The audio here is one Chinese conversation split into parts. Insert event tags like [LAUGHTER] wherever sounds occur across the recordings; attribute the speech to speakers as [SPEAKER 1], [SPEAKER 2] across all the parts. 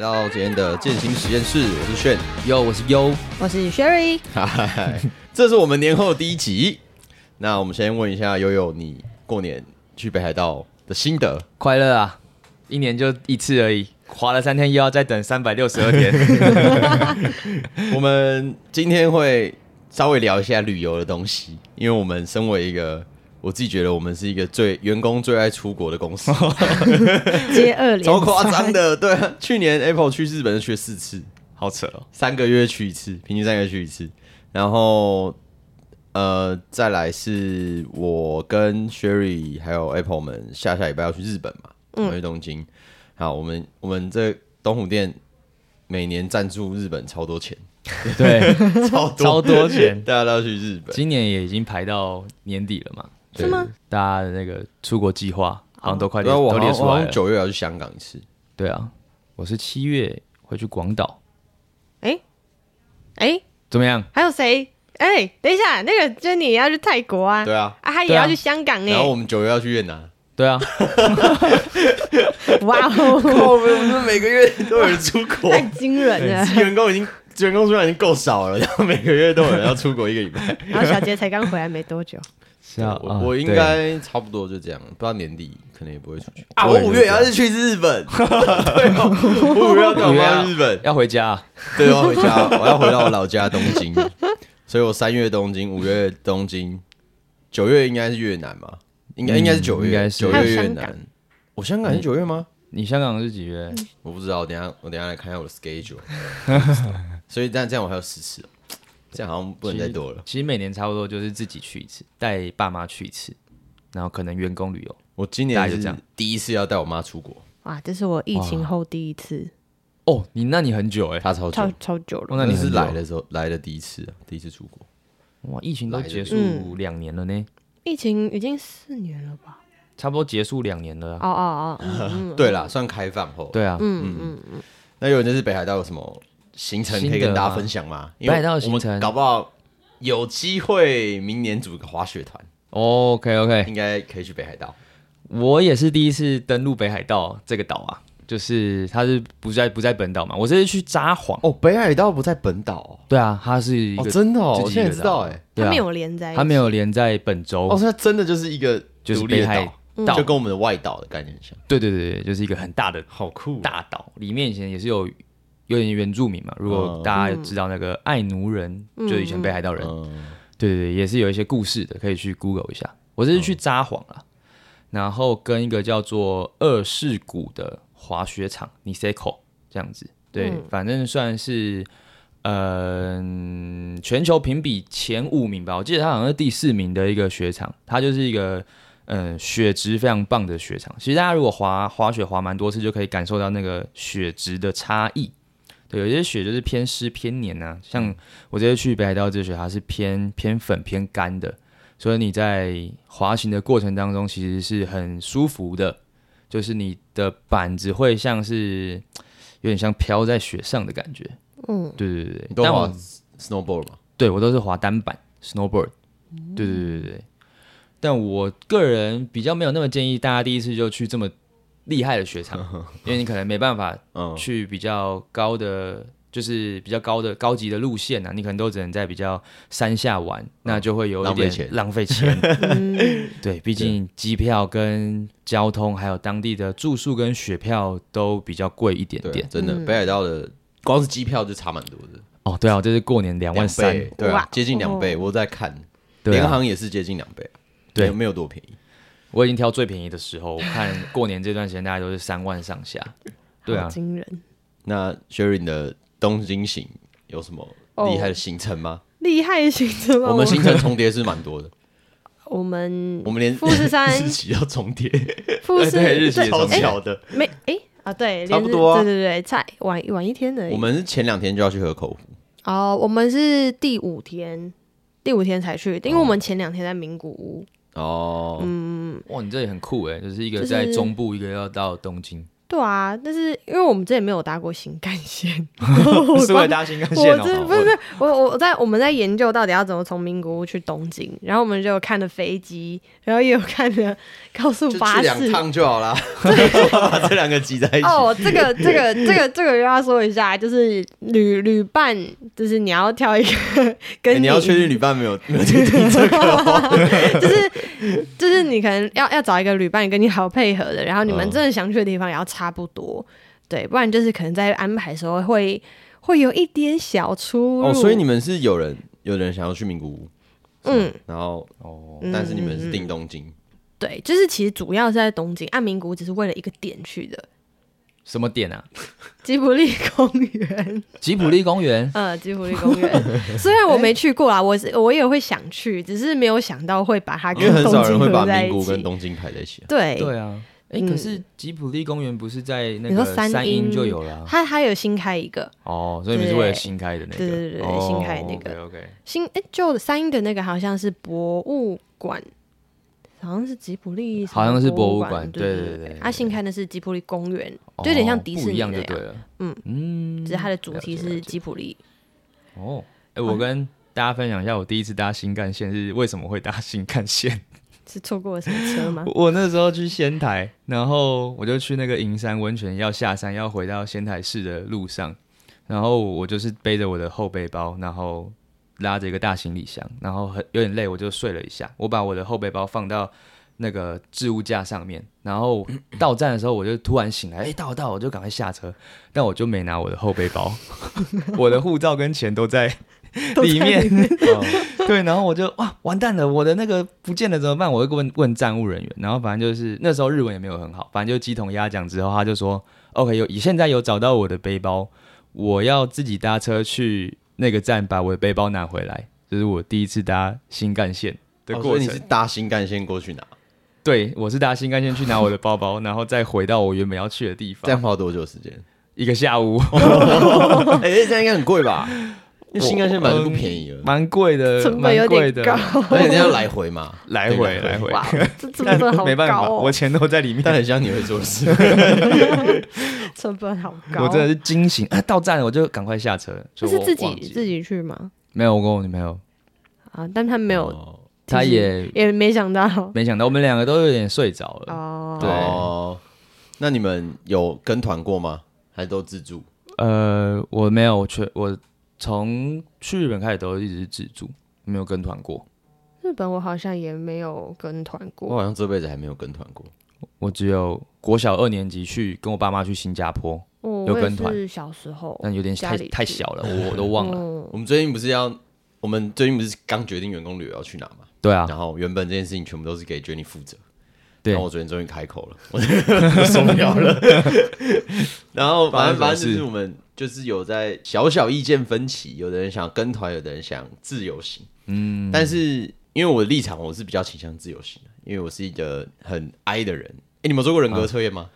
[SPEAKER 1] 到今天的健行实验室，我是炫，
[SPEAKER 2] 哟，我是优，
[SPEAKER 3] 我是 Sherry，
[SPEAKER 1] 嗨，这是我们年后第一集。那我们先问一下悠悠，你过年去北海道的心得？
[SPEAKER 2] 快乐啊！一年就一次而已，滑了三天又要再等三百六十二天。
[SPEAKER 1] 我们今天会稍微聊一下旅游的东西，因为我们身为一个，我自己觉得我们是一个最员工最爱出国的公司，
[SPEAKER 3] 接二连
[SPEAKER 1] 超
[SPEAKER 3] 三，
[SPEAKER 1] 夸张的。对啊，去年 Apple 去日本就去了四次，
[SPEAKER 2] 好扯哦！
[SPEAKER 1] 三个月去一次，平均三个月去一次。然后，呃，再来是我跟 Sherry 还有 Apple 们下下礼拜要去日本嘛，我们去东京。好，我们我们这东湖店每年赞助日本超多钱，
[SPEAKER 2] [LAUGHS]
[SPEAKER 1] [LAUGHS]
[SPEAKER 2] 对，
[SPEAKER 1] 超
[SPEAKER 2] 超多钱
[SPEAKER 1] [LAUGHS] 大家都要去日本。
[SPEAKER 2] 今年也已经排到年底了嘛，
[SPEAKER 3] 是吗？哦
[SPEAKER 2] 大家的那个出国计划啊好像都快列
[SPEAKER 1] 然后我
[SPEAKER 2] 都
[SPEAKER 1] 好
[SPEAKER 2] 列
[SPEAKER 1] 像
[SPEAKER 2] 出
[SPEAKER 1] 我好
[SPEAKER 2] 来
[SPEAKER 1] 像
[SPEAKER 2] 了。
[SPEAKER 1] 九月要去香港一次，
[SPEAKER 2] 对啊，我是七月会去广岛，
[SPEAKER 3] 哎哎，
[SPEAKER 2] 怎么样？
[SPEAKER 3] 还有谁？哎，等一下，那个珍妮也要去泰国啊，
[SPEAKER 1] 对啊。
[SPEAKER 3] 啊，他也
[SPEAKER 2] 对啊
[SPEAKER 3] 要去香港
[SPEAKER 1] 然后我
[SPEAKER 3] 哎，
[SPEAKER 1] 们九月要去越南，
[SPEAKER 2] 对啊，
[SPEAKER 3] 哇
[SPEAKER 1] [LAUGHS]
[SPEAKER 3] 哦，
[SPEAKER 1] 啊 [LAUGHS] 我们我们每个月哎都有人出 [LAUGHS] 国
[SPEAKER 3] 太惊人了。
[SPEAKER 1] 员工已经员工数量已经够少了，然 [LAUGHS] 后每个月都有人要出国一个礼
[SPEAKER 2] [LAUGHS]
[SPEAKER 1] 拜。
[SPEAKER 3] 然后小杰才刚回来没多久，
[SPEAKER 2] 是啊，
[SPEAKER 1] 我
[SPEAKER 2] 啊
[SPEAKER 1] 我应
[SPEAKER 2] 对
[SPEAKER 1] 该差不多就这样，不知道年底可能也不会出去
[SPEAKER 2] 啊我五月也要是
[SPEAKER 1] 去日 [LAUGHS] 本，对哦，我五月要干嘛？日本，
[SPEAKER 2] 要回家啊，
[SPEAKER 1] 对，我要回家，我要回到我老家东京，所以我三月东京，五月东京，九月应该是越南吧？应该
[SPEAKER 2] 嗯
[SPEAKER 1] 应该是九
[SPEAKER 2] 应
[SPEAKER 1] 月，
[SPEAKER 2] 该是
[SPEAKER 1] 九
[SPEAKER 3] 还有
[SPEAKER 1] 月越
[SPEAKER 3] 香
[SPEAKER 1] 南
[SPEAKER 3] 港。
[SPEAKER 1] 我香港是九月吗？
[SPEAKER 2] 你香港是几月？
[SPEAKER 3] 嗯
[SPEAKER 1] 我不知道，我等一下我等一下来看一下我的
[SPEAKER 2] [LAUGHS]
[SPEAKER 1] schedule。所以但这样我还有十次，哦这样好像不能再多了。
[SPEAKER 2] 其实每年差不多就是自己去一次，带爸妈去一次，然后可能员工旅游。
[SPEAKER 1] 我今年
[SPEAKER 2] 大概就是这样
[SPEAKER 1] 第一次要带我妈出国，
[SPEAKER 3] 哇，啊这是我疫情后第一次，
[SPEAKER 2] 哦，你那你很久哎、哦
[SPEAKER 1] 她超久
[SPEAKER 3] 超，超久了，
[SPEAKER 2] 那你
[SPEAKER 1] 那
[SPEAKER 2] 很
[SPEAKER 1] 是
[SPEAKER 2] 久
[SPEAKER 1] 来的时候来的第一次啊，第一次出国。
[SPEAKER 2] 哇，疫情都结束
[SPEAKER 3] 嗯
[SPEAKER 2] 两年了呢，
[SPEAKER 3] 疫情已经四年了吧？
[SPEAKER 2] 差不多结束两年了
[SPEAKER 3] 哦
[SPEAKER 2] 啊、
[SPEAKER 3] 哦哦嗯，嗯，
[SPEAKER 1] 对啦，算开放后。，
[SPEAKER 2] 对啊，
[SPEAKER 3] 嗯嗯嗯，
[SPEAKER 1] 那有人就是北海道有什么行程可以跟大家分享吗？因
[SPEAKER 2] 北
[SPEAKER 1] 为
[SPEAKER 2] 海道的行程
[SPEAKER 1] 我们搞不好有机会明年组个滑雪团，
[SPEAKER 2] OK OK，
[SPEAKER 1] 应该可以去北海道。
[SPEAKER 2] 我也是第一次登陆北海道这个岛啊，就是它是不在不在本岛嘛，我这是去札幌。
[SPEAKER 1] 哦，北海道不在本岛
[SPEAKER 2] 对啊，它是一
[SPEAKER 1] 哦，
[SPEAKER 2] 个，
[SPEAKER 1] 真的哦，
[SPEAKER 2] 自
[SPEAKER 1] 我
[SPEAKER 2] 己一
[SPEAKER 1] 现
[SPEAKER 2] 个
[SPEAKER 1] 在知道
[SPEAKER 2] 岛
[SPEAKER 1] 哎，
[SPEAKER 2] 对
[SPEAKER 3] 他
[SPEAKER 2] 啊
[SPEAKER 3] 没，有连在一起，
[SPEAKER 2] 它没有连在本州
[SPEAKER 1] 哦，，嗯所以它真的就是一个
[SPEAKER 2] 就是
[SPEAKER 1] 独立
[SPEAKER 2] 北
[SPEAKER 1] 的
[SPEAKER 2] 海
[SPEAKER 1] 岛，
[SPEAKER 2] 岛
[SPEAKER 1] 就，跟我们的外岛的概念很像。
[SPEAKER 2] 对对对对，就是一个很大的
[SPEAKER 1] 好酷
[SPEAKER 2] 大岛，里面以前也是有有点原住民嘛。如果
[SPEAKER 1] 嗯
[SPEAKER 2] 大家知道那个爱奴人，就是以前北海道人，
[SPEAKER 1] 嗯，
[SPEAKER 2] 对对对，也是有一些故事的，可以去 Google 一下。我这是去札幌啦，然后跟一个叫做二世谷的滑雪场 Niseko 这样子，对，反正算是。嗯，全球评比前五名吧，我记得它好像是第四名的一个雪场，它就是一个嗯雪质非常棒的雪场。其实大家如果滑滑雪滑蛮多次，就可以感受到那个雪质的差异。对，有些雪就是偏湿偏黏啊，像我这次去北海道这雪，它是偏偏粉偏干的，所以你在滑行的过程当中其实是很舒服的，就是你的板子会像是有点像飘在雪上的感觉。嗯，对对对
[SPEAKER 1] 你
[SPEAKER 2] 对，
[SPEAKER 1] 都
[SPEAKER 2] 但
[SPEAKER 1] 滑
[SPEAKER 2] 我
[SPEAKER 1] snowboard 嘛？
[SPEAKER 2] 对我都是滑单板 snowboard，对
[SPEAKER 1] 嗯
[SPEAKER 2] 对对对对。但我个人比较没有那么建议大家第一次就去这么厉害的雪
[SPEAKER 1] [LAUGHS]
[SPEAKER 2] 场，因为你可能没办法
[SPEAKER 1] 嗯，
[SPEAKER 2] 去比较高的，就是比较高的高级的路线啊，你可能都只能在比较山下玩，那就会有一
[SPEAKER 1] 哦浪费
[SPEAKER 2] 点
[SPEAKER 1] 钱嗯
[SPEAKER 2] 浪费钱。
[SPEAKER 1] [LAUGHS]
[SPEAKER 2] 对，毕竟机票跟交通，还有当地的住宿跟雪票都比较贵一点
[SPEAKER 1] 对啊，
[SPEAKER 2] 点。
[SPEAKER 1] 真
[SPEAKER 3] 嗯
[SPEAKER 1] 的，北海道的光是机票就差蛮多的。
[SPEAKER 2] 哦，对啊，我这是过年两万
[SPEAKER 1] 两
[SPEAKER 2] 三，
[SPEAKER 1] 倍对啊
[SPEAKER 3] 哇，哦
[SPEAKER 1] 接近两倍，我在看，
[SPEAKER 2] 对
[SPEAKER 1] 联
[SPEAKER 2] 啊，
[SPEAKER 1] 航也是接近两倍，
[SPEAKER 2] 对
[SPEAKER 1] 没有没有多便宜，
[SPEAKER 2] 我已经挑最便宜的时候，我看过年这段时间大概都是三万上下。对
[SPEAKER 3] 好
[SPEAKER 2] 啊，
[SPEAKER 3] 惊人，
[SPEAKER 1] 那 Sherry 的东京行有什么
[SPEAKER 3] 哦
[SPEAKER 1] 厉害的行程吗？
[SPEAKER 3] 厉害型的吗？
[SPEAKER 1] 我们行程重叠是蛮多
[SPEAKER 3] [LAUGHS]
[SPEAKER 1] 的，
[SPEAKER 3] 我们
[SPEAKER 1] 我们连
[SPEAKER 3] 富士山
[SPEAKER 1] [LAUGHS] 日期要重叠， [LAUGHS]
[SPEAKER 3] 富士
[SPEAKER 2] 对日期也
[SPEAKER 1] 超
[SPEAKER 2] 重
[SPEAKER 3] 对
[SPEAKER 2] 叠
[SPEAKER 3] 哎
[SPEAKER 1] 巧的。
[SPEAKER 3] 没哎啊，对，
[SPEAKER 1] 差
[SPEAKER 3] 连
[SPEAKER 1] 不
[SPEAKER 3] 日
[SPEAKER 1] 多啊
[SPEAKER 3] 对对对，差晚晚一天而已。
[SPEAKER 1] 我们是前两天就要去河口湖，
[SPEAKER 3] 哦，我们是第五天，第五天才去，因为我们前两天在名古屋，
[SPEAKER 1] 哦，
[SPEAKER 3] 嗯
[SPEAKER 2] 哇，你这里很酷哎，就是一
[SPEAKER 3] 就
[SPEAKER 2] 个
[SPEAKER 3] 是
[SPEAKER 2] 在中部，一个要到东京。
[SPEAKER 3] 对啊，但是因为我们之前没有搭过新
[SPEAKER 1] [LAUGHS]
[SPEAKER 3] 干线，
[SPEAKER 2] 是为了搭新干
[SPEAKER 3] [LAUGHS] 我
[SPEAKER 2] 线
[SPEAKER 3] 这
[SPEAKER 2] 哦。
[SPEAKER 3] 不是不是我我我在我们在研究到底要怎么从名古屋去东京，然后我们就有看了飞机，然后也有看了高速
[SPEAKER 1] 就去
[SPEAKER 3] 巴
[SPEAKER 1] 两
[SPEAKER 3] 士。
[SPEAKER 1] 趟就
[SPEAKER 3] [LAUGHS]
[SPEAKER 1] 好啦，把这两个挤在一起。
[SPEAKER 3] 哦，这
[SPEAKER 1] [LAUGHS]
[SPEAKER 3] 个这个这个这个又要说一下，就是旅旅伴，就是你要挑一个 [LAUGHS] 跟
[SPEAKER 1] 欸你要确定旅伴没有没有
[SPEAKER 3] [LAUGHS]
[SPEAKER 1] 听这个哦，
[SPEAKER 3] 就是就是你可能要要找一个旅伴跟你好配合的，然后你们
[SPEAKER 1] 嗯
[SPEAKER 3] 真的想去的地方也要差不多，对，不然就是可能在安排的时候会会有一点小出入。
[SPEAKER 1] 哦，所以你们是有人有人想要去名古屋，
[SPEAKER 3] 嗯，
[SPEAKER 1] 然后
[SPEAKER 2] 哦，
[SPEAKER 1] 但是你们是定东京，
[SPEAKER 3] 对，就是其实主要是在东京，按名古屋只是为了一个点去的。
[SPEAKER 2] 什么点啊？
[SPEAKER 3] 吉卜力公
[SPEAKER 1] [LAUGHS]
[SPEAKER 3] 园，。
[SPEAKER 2] 吉普力公园
[SPEAKER 3] 呃，吉卜力公园，虽然我没去过啊，我是我也会想去，只是没有想到会把它
[SPEAKER 1] 因为
[SPEAKER 3] 嗯啊
[SPEAKER 1] 很
[SPEAKER 3] 跟东
[SPEAKER 1] 少人
[SPEAKER 3] 京
[SPEAKER 1] 会把
[SPEAKER 3] 合在
[SPEAKER 1] 名古
[SPEAKER 3] 一
[SPEAKER 1] 屋跟
[SPEAKER 3] 起。
[SPEAKER 1] 东京排在一起啊。
[SPEAKER 3] 对，
[SPEAKER 2] 对啊，哎，
[SPEAKER 3] 嗯
[SPEAKER 2] 可是吉普力公园不是在那
[SPEAKER 3] 你说
[SPEAKER 2] 个
[SPEAKER 3] 三
[SPEAKER 2] 三
[SPEAKER 3] 鹰
[SPEAKER 2] 鹰就有了啊？
[SPEAKER 3] 它它有新开一个
[SPEAKER 2] 哦，所以你们是为了
[SPEAKER 3] 对
[SPEAKER 2] 新开的那个？哦
[SPEAKER 3] 对对对对新开那个
[SPEAKER 2] OK OK。
[SPEAKER 3] 新哎旧的三英的那个好像是博物馆，好像是吉卜力什么，
[SPEAKER 2] 好像是博
[SPEAKER 3] 物
[SPEAKER 2] 物馆
[SPEAKER 3] 对
[SPEAKER 2] 对
[SPEAKER 3] 对
[SPEAKER 2] 对对
[SPEAKER 3] 啊，新开的是吉卜力公园，就有点像迪士
[SPEAKER 2] 哦不一
[SPEAKER 3] 尼
[SPEAKER 2] 样
[SPEAKER 3] 那
[SPEAKER 2] 就
[SPEAKER 3] 样
[SPEAKER 2] 对，了。
[SPEAKER 3] 嗯
[SPEAKER 2] 嗯，
[SPEAKER 3] 只是它的主题
[SPEAKER 2] 了解
[SPEAKER 3] 是
[SPEAKER 2] 了解
[SPEAKER 3] 吉卜力。
[SPEAKER 2] 哦。哎，我跟大家分享一下，我第一次搭新干线是为什么会搭新干线。
[SPEAKER 3] 是错过了什么车吗？
[SPEAKER 2] 我我那时候去仙台，然后我就去那个银山温泉，要下山要回到仙台市的路上，然后我就是背着我的后背包，然后拉着一个大行李箱，然后很有点累，我就睡了一下。我把我的后背包放到那个置物架上面，然后到站的时候我就突然醒来，哎、到了到了，我就赶快下车，但我就没拿我的后背包，我的护照跟钱都在 [LAUGHS] 里
[SPEAKER 3] [LAUGHS]
[SPEAKER 2] 面。
[SPEAKER 1] 哦
[SPEAKER 2] [LAUGHS] 对，然后我就哇，完蛋了，我的那个不见了怎么办？我就问问站务人员，然后反正就是那时候日文也没有很好，反正就鸡同鸭讲之后，他就说 OK，有现在有找到我的背包，我要自己搭车去那个站把我的背包拿回来，这、是我第一次搭新干线的
[SPEAKER 1] 哦所
[SPEAKER 2] 过
[SPEAKER 1] 以你
[SPEAKER 2] 程。
[SPEAKER 1] 是搭新干线过去拿，
[SPEAKER 2] 对，我是搭新干线去拿我的包包，然后再回到我原本要去的地
[SPEAKER 1] 这样
[SPEAKER 2] 方，
[SPEAKER 1] 花多久时间？ [LAUGHS]
[SPEAKER 2] 一个下午，
[SPEAKER 1] 哎，这样应该很贵吧？因为新干线本来就不便
[SPEAKER 3] [LAUGHS]
[SPEAKER 1] 宜了，
[SPEAKER 2] 蛮贵的，
[SPEAKER 3] 成本有
[SPEAKER 2] 呃蛮贵
[SPEAKER 3] 点
[SPEAKER 2] 的，
[SPEAKER 3] 高，
[SPEAKER 1] 而且那样来回嘛，
[SPEAKER 2] 来回
[SPEAKER 1] 对
[SPEAKER 2] 来回。
[SPEAKER 3] 哇，这成
[SPEAKER 2] 但
[SPEAKER 3] 本好
[SPEAKER 2] 没办
[SPEAKER 3] 高
[SPEAKER 2] 法，我
[SPEAKER 3] 哦，
[SPEAKER 2] 钱都在里面。
[SPEAKER 1] 但很像你会做的
[SPEAKER 3] [LAUGHS]
[SPEAKER 1] 事。
[SPEAKER 3] 成本好高。
[SPEAKER 2] 我真的是惊醒，啊、到站了我就赶快下车。所
[SPEAKER 3] 这
[SPEAKER 2] 以
[SPEAKER 3] 是
[SPEAKER 2] 我
[SPEAKER 3] 自
[SPEAKER 2] 忘记
[SPEAKER 3] 己
[SPEAKER 2] 了
[SPEAKER 3] 自己去吗？
[SPEAKER 2] 没有，我跟我女朋友，
[SPEAKER 3] 啊，但他没有，
[SPEAKER 1] 哦
[SPEAKER 2] 她也
[SPEAKER 3] 也没想到
[SPEAKER 2] 没想到，我们两个都有点睡着了。
[SPEAKER 3] 哦。
[SPEAKER 2] 对
[SPEAKER 1] 哦，那你们有跟团过吗？还都自助？
[SPEAKER 2] 呃，我没有，我去，我从去日本开始都一直是自助，没有跟团过。
[SPEAKER 3] 日本我好像也没有跟团
[SPEAKER 1] 我
[SPEAKER 3] 过，
[SPEAKER 1] 好像这辈子还没有跟团过。
[SPEAKER 2] 我只有国小二年级去跟我爸妈去新加坡，
[SPEAKER 3] 我
[SPEAKER 2] 有
[SPEAKER 3] 哦我也
[SPEAKER 2] 跟团
[SPEAKER 3] 是小时候，
[SPEAKER 2] 但有点
[SPEAKER 3] 家
[SPEAKER 2] 太
[SPEAKER 3] 里去
[SPEAKER 2] 太小了，我我都忘了。
[SPEAKER 3] 嗯
[SPEAKER 1] 我们最近不是要，我们最近不是刚决定员工旅游要去哪嘛？
[SPEAKER 2] 对啊，
[SPEAKER 1] 然后原本这件事情全部都是给 Jenny 负责，
[SPEAKER 2] 对
[SPEAKER 1] 然后我昨天终于开口了，我我 [LAUGHS] 受不了了。然后反正
[SPEAKER 2] 发
[SPEAKER 1] 反
[SPEAKER 2] 生
[SPEAKER 1] 正就
[SPEAKER 2] 什么事
[SPEAKER 1] 是我们就是有在小小意见分歧，有的人想跟团，有的人想自由行。嗯，但是因为我的立场，我是比较倾向自由行的，因为我是一个很 I 的人。哎、你们有做过人格
[SPEAKER 2] 啊
[SPEAKER 1] 测验吗？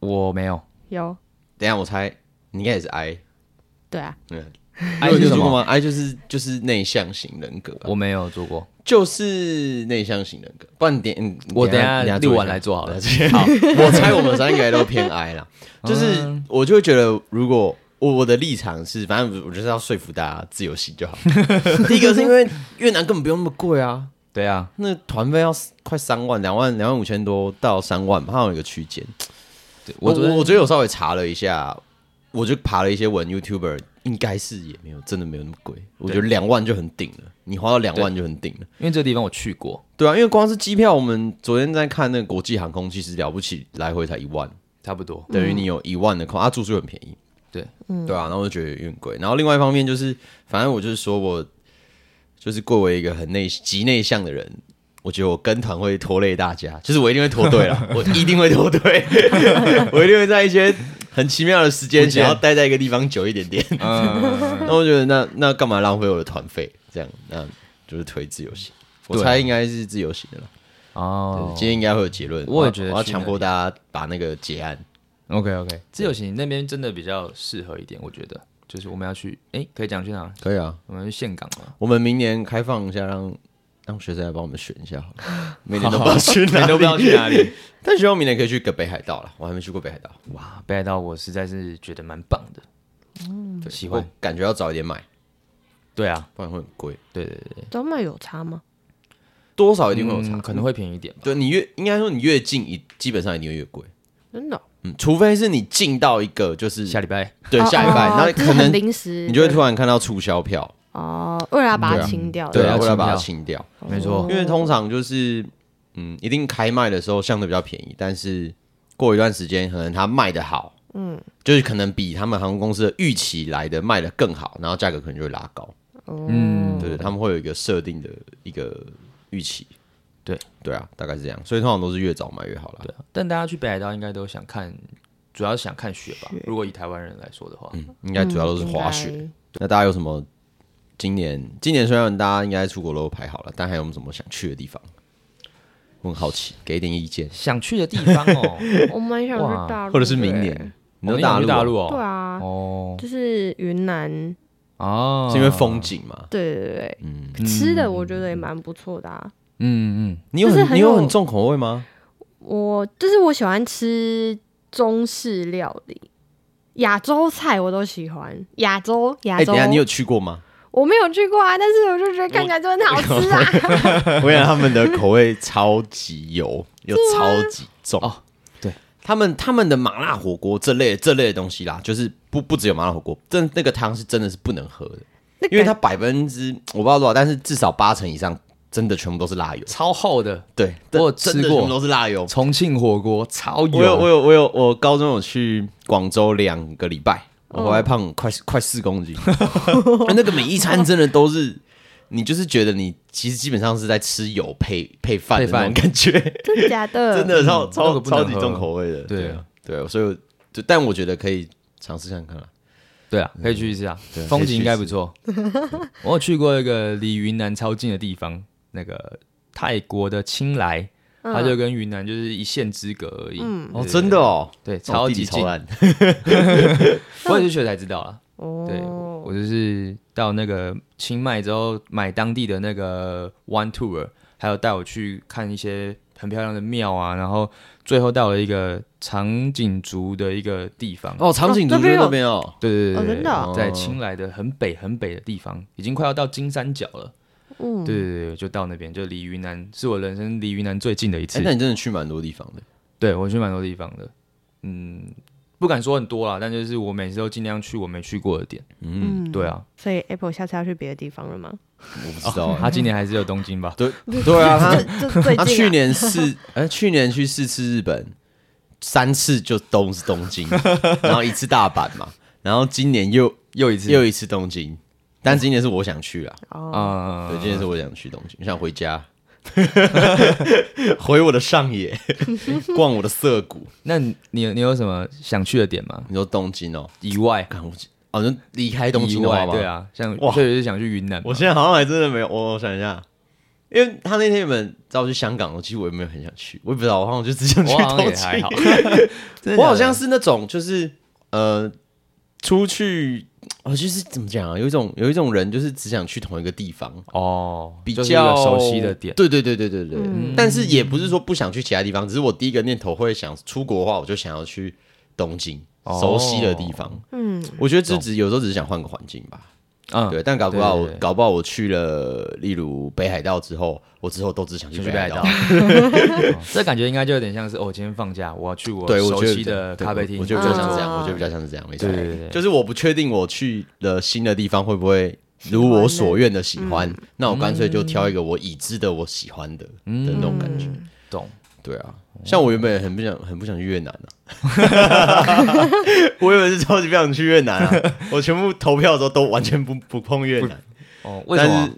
[SPEAKER 2] 我没有。
[SPEAKER 3] 有
[SPEAKER 1] 等一下我猜你应该也是
[SPEAKER 2] [LAUGHS]
[SPEAKER 1] I。
[SPEAKER 3] 对啊，
[SPEAKER 1] 嗯
[SPEAKER 2] I
[SPEAKER 1] 你有
[SPEAKER 2] 是
[SPEAKER 1] 做
[SPEAKER 2] 什
[SPEAKER 1] 过
[SPEAKER 2] 么？
[SPEAKER 1] 吗？I 就是就是内向型人格啊、
[SPEAKER 2] 我没有做过。
[SPEAKER 1] 就是内向型人格，不然你点你
[SPEAKER 2] 我等一下嗯
[SPEAKER 1] 下嗯你
[SPEAKER 2] 录完来做好了。
[SPEAKER 1] 好，我猜我们三个应该都偏 I 啦，就是我就会觉得，如果我我的立场是，反正我就是要说服大家自由行就好。第一个是因为越南根本不用那么贵啊，
[SPEAKER 2] 对啊，
[SPEAKER 1] 那团费要快三万、两万、两万五千多到三万吧，它有一个区间。
[SPEAKER 2] 对
[SPEAKER 1] 我
[SPEAKER 2] 哦我昨
[SPEAKER 1] 我
[SPEAKER 2] 天
[SPEAKER 1] 我昨天有稍微查了一下，我就爬了一些文 YouTuber，应该是也没有真的没有那么贵，我觉得两万就很顶了，你花到两万就很顶了。
[SPEAKER 2] 因为这个地方我去过，
[SPEAKER 1] 对啊，因为光是机票，我们昨天在看那个国际航空，其实了不起，来回才一万，
[SPEAKER 2] 差不多。
[SPEAKER 1] 等于你有一万的空，啊，住宿很便宜，
[SPEAKER 2] 嗯对，
[SPEAKER 1] 对啊，然后我就觉得有点贵。然后另外一方面就是，反正我就是说我就是作为一个很内极内向的人，我觉得我跟团会拖累大家，就是我一定会脱队了，我一定会脱队， [LAUGHS] 我一定会在一些很奇妙的时间，
[SPEAKER 2] 不
[SPEAKER 1] 想
[SPEAKER 2] 见嗯
[SPEAKER 1] 要待在一个地方久一点点。 [LAUGHS] 那我觉得那那干嘛浪费我的团费？这样那就是推自由行，我
[SPEAKER 2] 对啊
[SPEAKER 1] 猜应该是自由行的了。
[SPEAKER 2] 哦
[SPEAKER 1] 对，今天应该会有结论。
[SPEAKER 2] 我也觉得
[SPEAKER 1] 我要
[SPEAKER 2] 去
[SPEAKER 1] 强
[SPEAKER 2] 那
[SPEAKER 1] 迫大家把那个结案。
[SPEAKER 2] OK OK，自由行那边真的比较适合一点，我觉得。就是我们要去，哎、可以讲去哪？
[SPEAKER 1] 可以啊，
[SPEAKER 2] 我们去岘港嘛。
[SPEAKER 1] 我们明年开放一下，让让学生来帮我们选一下好了，每年都不知道去 [LAUGHS] 哪里，
[SPEAKER 2] 都不知道去哪里。
[SPEAKER 1] 但希望明年可以去个北海道了，我还没去过北海道，
[SPEAKER 2] 哇，北海道我实在是觉得蛮棒的。
[SPEAKER 1] 对
[SPEAKER 2] 喜
[SPEAKER 1] 我
[SPEAKER 2] 欢
[SPEAKER 1] 感觉要早一点买，
[SPEAKER 2] 对啊，
[SPEAKER 1] 不然会很贵，
[SPEAKER 2] 对对对，
[SPEAKER 3] 专卖有差吗？
[SPEAKER 1] 多哦少一定会有差，
[SPEAKER 2] 嗯可能会便宜一点吧。
[SPEAKER 1] 对你越应该说你越近，一基本上一定会越贵，
[SPEAKER 3] 真的哦、
[SPEAKER 1] 嗯，除非是你进到一个就是
[SPEAKER 2] 下礼拜
[SPEAKER 1] 对
[SPEAKER 3] 哦
[SPEAKER 1] 下礼拜，
[SPEAKER 3] 哦
[SPEAKER 1] 那
[SPEAKER 3] 就
[SPEAKER 1] 可
[SPEAKER 3] 是很
[SPEAKER 1] 能
[SPEAKER 3] 临时，
[SPEAKER 1] 你就会突然看到促销票，
[SPEAKER 3] 哦，为了要把
[SPEAKER 1] 对
[SPEAKER 3] 它
[SPEAKER 1] 啊
[SPEAKER 3] 清掉，
[SPEAKER 1] 对
[SPEAKER 2] 要
[SPEAKER 1] 啊，为了
[SPEAKER 2] 清
[SPEAKER 1] 把它
[SPEAKER 2] 票
[SPEAKER 1] 清掉，
[SPEAKER 2] 没错
[SPEAKER 3] 哦
[SPEAKER 1] 因为通常就是嗯，一定开卖的时候相对比较便宜，但是过一段时间可能它卖的好，嗯，就是可能比他们航空公司的预期来的卖的更好，然后价格可能就会拉高，
[SPEAKER 3] 哦
[SPEAKER 2] 嗯，
[SPEAKER 1] 对对，他们会有一个设定的一个预期，
[SPEAKER 2] 对
[SPEAKER 1] 对啊，大概是这样，所以通常都是越早买越好啦。
[SPEAKER 2] 对啊。但大家去北海道应该都想看，主要是想看雪吧
[SPEAKER 3] 雪。
[SPEAKER 2] 如果以台湾人来说的话，
[SPEAKER 1] 嗯，应该主要都是滑雪。
[SPEAKER 3] 嗯应
[SPEAKER 1] 那大家有什么？今年今年虽然大家应该出国都排好了，但还有没有什么想去的地方？我很好奇，给一点意见，
[SPEAKER 2] 想去的地方
[SPEAKER 1] [LAUGHS]
[SPEAKER 2] 哦，
[SPEAKER 3] 嗯该我蛮想
[SPEAKER 2] 哇
[SPEAKER 3] 去大陆，
[SPEAKER 1] 或者是明，年，你
[SPEAKER 2] 我
[SPEAKER 1] 说
[SPEAKER 2] 们想去
[SPEAKER 1] 陆
[SPEAKER 2] 大
[SPEAKER 1] 啊
[SPEAKER 2] 陆
[SPEAKER 3] 对
[SPEAKER 2] 哦，
[SPEAKER 3] 啊，
[SPEAKER 2] 哦
[SPEAKER 3] 就是云南，
[SPEAKER 2] 哦，
[SPEAKER 1] 是因为风景嘛？
[SPEAKER 3] 对对对，
[SPEAKER 1] 嗯，
[SPEAKER 3] 吃的我觉得也蛮不错的啊。
[SPEAKER 2] 嗯，嗯
[SPEAKER 1] 你有
[SPEAKER 3] 就是很
[SPEAKER 1] 很你
[SPEAKER 3] 有
[SPEAKER 1] 有很重口味吗？
[SPEAKER 3] 我就是我喜欢吃中式料理，亚洲菜我都喜欢。亚洲亚
[SPEAKER 1] 哎，
[SPEAKER 3] 洲，
[SPEAKER 1] 等一下你有去过吗？
[SPEAKER 3] 我没有去过啊，但是我就觉得看起来真的很好
[SPEAKER 1] [LAUGHS]
[SPEAKER 3] 吃啊。
[SPEAKER 1] [LAUGHS] 我感觉他们的口味超级
[SPEAKER 3] [LAUGHS]
[SPEAKER 1] 油，又超级重
[SPEAKER 2] 哦。对，
[SPEAKER 1] 他们他们的麻辣火锅这类这类的东西啦，就是不不只有麻辣火锅，真那个汤是真的是不能喝的，
[SPEAKER 3] 那
[SPEAKER 1] 因为它
[SPEAKER 3] 感
[SPEAKER 1] 百分之我不知道多少，但是至少八成以上真的全部都是辣油。
[SPEAKER 2] 超厚的
[SPEAKER 1] 对，
[SPEAKER 2] 我有
[SPEAKER 1] 真真
[SPEAKER 2] 吃
[SPEAKER 1] 的
[SPEAKER 2] 过
[SPEAKER 1] 全部都是辣油。
[SPEAKER 2] 重庆火锅，超
[SPEAKER 1] 我有我
[SPEAKER 2] 油，
[SPEAKER 1] 有我有我高中有去广州两个礼拜，我还胖快快四公斤， [LAUGHS] 那个每一餐真的都是。你就是觉得你其实基本上是在吃油配配饭的
[SPEAKER 2] 配
[SPEAKER 1] 那
[SPEAKER 2] 饭
[SPEAKER 1] 种感觉，
[SPEAKER 3] 真的假
[SPEAKER 1] [LAUGHS]
[SPEAKER 3] 的？
[SPEAKER 1] 真的超
[SPEAKER 2] 那
[SPEAKER 1] 超
[SPEAKER 2] 个不能
[SPEAKER 1] 超
[SPEAKER 2] 喝
[SPEAKER 1] 级重口味的，
[SPEAKER 2] 对
[SPEAKER 1] 啊对，所以我就但我觉得可以尝试看看啦。
[SPEAKER 2] 对啊，可以去一次啊
[SPEAKER 1] 对，
[SPEAKER 2] 风景应该不错。我有去过一个离云南超近的地方，那个泰国的清莱，
[SPEAKER 3] 嗯
[SPEAKER 2] 它就跟云南就是一线之隔而已。
[SPEAKER 1] 哦，
[SPEAKER 2] 对
[SPEAKER 1] 真的，哦，
[SPEAKER 2] 对，
[SPEAKER 1] 那我
[SPEAKER 2] 超
[SPEAKER 1] 地理
[SPEAKER 2] 级近
[SPEAKER 1] 超。烂，
[SPEAKER 2] 我也是去了才知道啊。对，我
[SPEAKER 3] 哦，
[SPEAKER 2] 我就是到那个清迈之后，买当地的那个 One Tour，还有带我去看一些很漂亮的庙啊，然后最后到了一个长颈族的一个地方。
[SPEAKER 1] 哦，长颈族
[SPEAKER 3] 哦
[SPEAKER 1] 就
[SPEAKER 3] 那边
[SPEAKER 1] 是
[SPEAKER 3] 有
[SPEAKER 1] 那边哦，
[SPEAKER 2] 对对对
[SPEAKER 3] 哦
[SPEAKER 2] 对，
[SPEAKER 3] 真的哦
[SPEAKER 2] 在清莱的很北很北的地方，已经快要到金三角了。
[SPEAKER 3] 嗯，
[SPEAKER 2] 对对对，就到那边，就离云南是我人生离云南最近的一次。
[SPEAKER 1] 哎，那你真的去蛮多地方的，
[SPEAKER 2] 对我去蛮多地方的，嗯，不敢说很多啦，但就是我每次都尽量去我没去过的点。
[SPEAKER 1] 嗯，
[SPEAKER 3] 嗯，
[SPEAKER 2] 对。啊，
[SPEAKER 3] 所以 Apple 下次要去别的地方了吗？
[SPEAKER 1] 我不知道
[SPEAKER 2] 他
[SPEAKER 1] 哎，
[SPEAKER 2] 今年还是有东京吧？
[SPEAKER 1] 对对 [LAUGHS] 啊，他
[SPEAKER 3] 这这最
[SPEAKER 1] 他
[SPEAKER 3] 近
[SPEAKER 1] 去
[SPEAKER 3] 啊
[SPEAKER 1] 年
[SPEAKER 3] [LAUGHS]
[SPEAKER 1] 四，哎，去年去四次日本，三次就都是东京， [LAUGHS] 然后一次大阪嘛，然后今年又
[SPEAKER 2] 又一次
[SPEAKER 1] 又一次东京，但今年是我想去啦，
[SPEAKER 3] 哦，
[SPEAKER 2] 啊、
[SPEAKER 1] 对，今年是我想去东京，我想回 [LAUGHS] 家，回我的上 [LAUGHS] 野，逛我的涩谷。
[SPEAKER 2] 那你你有什么想去的点吗？
[SPEAKER 1] 你说东京哦，
[SPEAKER 2] 以外，
[SPEAKER 1] 看我好像离开东京
[SPEAKER 2] 以
[SPEAKER 1] 的话
[SPEAKER 2] 外，
[SPEAKER 1] 吗？
[SPEAKER 2] 对，啊，像
[SPEAKER 1] 哇
[SPEAKER 2] 确实是想去云南嘛。
[SPEAKER 1] 我现在好像还真的没有，我我想一下。因为他那天你们找我去香港，其实我也没有很想去，我也不知道，我好像就只想去
[SPEAKER 2] 我好像
[SPEAKER 1] 东
[SPEAKER 2] 也还
[SPEAKER 1] 京
[SPEAKER 2] 好。， [LAUGHS] 真的假的
[SPEAKER 1] 我好像是那种就是呃，出去呃，就是怎么讲啊，有一种有一种人就是只想去同一个地方，
[SPEAKER 2] 哦，
[SPEAKER 1] 比
[SPEAKER 2] 就是一个
[SPEAKER 1] 较
[SPEAKER 2] 熟悉的点。
[SPEAKER 1] 对对对对对对。
[SPEAKER 3] 嗯
[SPEAKER 1] 但是也不是说不想去其他地方，只是我第一个念头会想出国的话，我就想要去东京，
[SPEAKER 2] 哦
[SPEAKER 1] 熟悉的地方。
[SPEAKER 3] 嗯，
[SPEAKER 1] 我觉得这只有时候只是想换个环境吧。
[SPEAKER 2] 嗯，
[SPEAKER 1] 对，但搞不好
[SPEAKER 2] 对
[SPEAKER 1] 我
[SPEAKER 2] 对对
[SPEAKER 1] 搞不好我去了，例如北海道之后，我之后都只想去
[SPEAKER 2] 想去
[SPEAKER 1] 北
[SPEAKER 2] 北
[SPEAKER 1] 海
[SPEAKER 2] 海道
[SPEAKER 1] 道。，
[SPEAKER 2] 哦这感觉应该就有点像是哦，今天放假，我要去我
[SPEAKER 1] [LAUGHS] 对，我
[SPEAKER 2] 熟
[SPEAKER 1] 觉得
[SPEAKER 2] 悉的
[SPEAKER 1] 对
[SPEAKER 2] 咖啡
[SPEAKER 1] 我
[SPEAKER 2] 厅，
[SPEAKER 1] 我觉得比较像这样，
[SPEAKER 3] 啊
[SPEAKER 1] 我觉得比较像是这样，没错。
[SPEAKER 2] 对对对对
[SPEAKER 1] 就是我不确定我去了新的地方会不会如我所愿的喜欢，
[SPEAKER 2] 嗯
[SPEAKER 1] 那我干脆就挑一个我已知的我喜欢的的那种感觉。
[SPEAKER 3] 嗯
[SPEAKER 2] 懂。
[SPEAKER 1] 对啊，像我原本也很不想很不想去越南啊，
[SPEAKER 2] [LAUGHS]
[SPEAKER 1] 我原本是超级不想去越南啊，我全部投票的时候都完全不不碰越南，
[SPEAKER 2] 哦，为什
[SPEAKER 1] 但
[SPEAKER 2] 么
[SPEAKER 1] 是？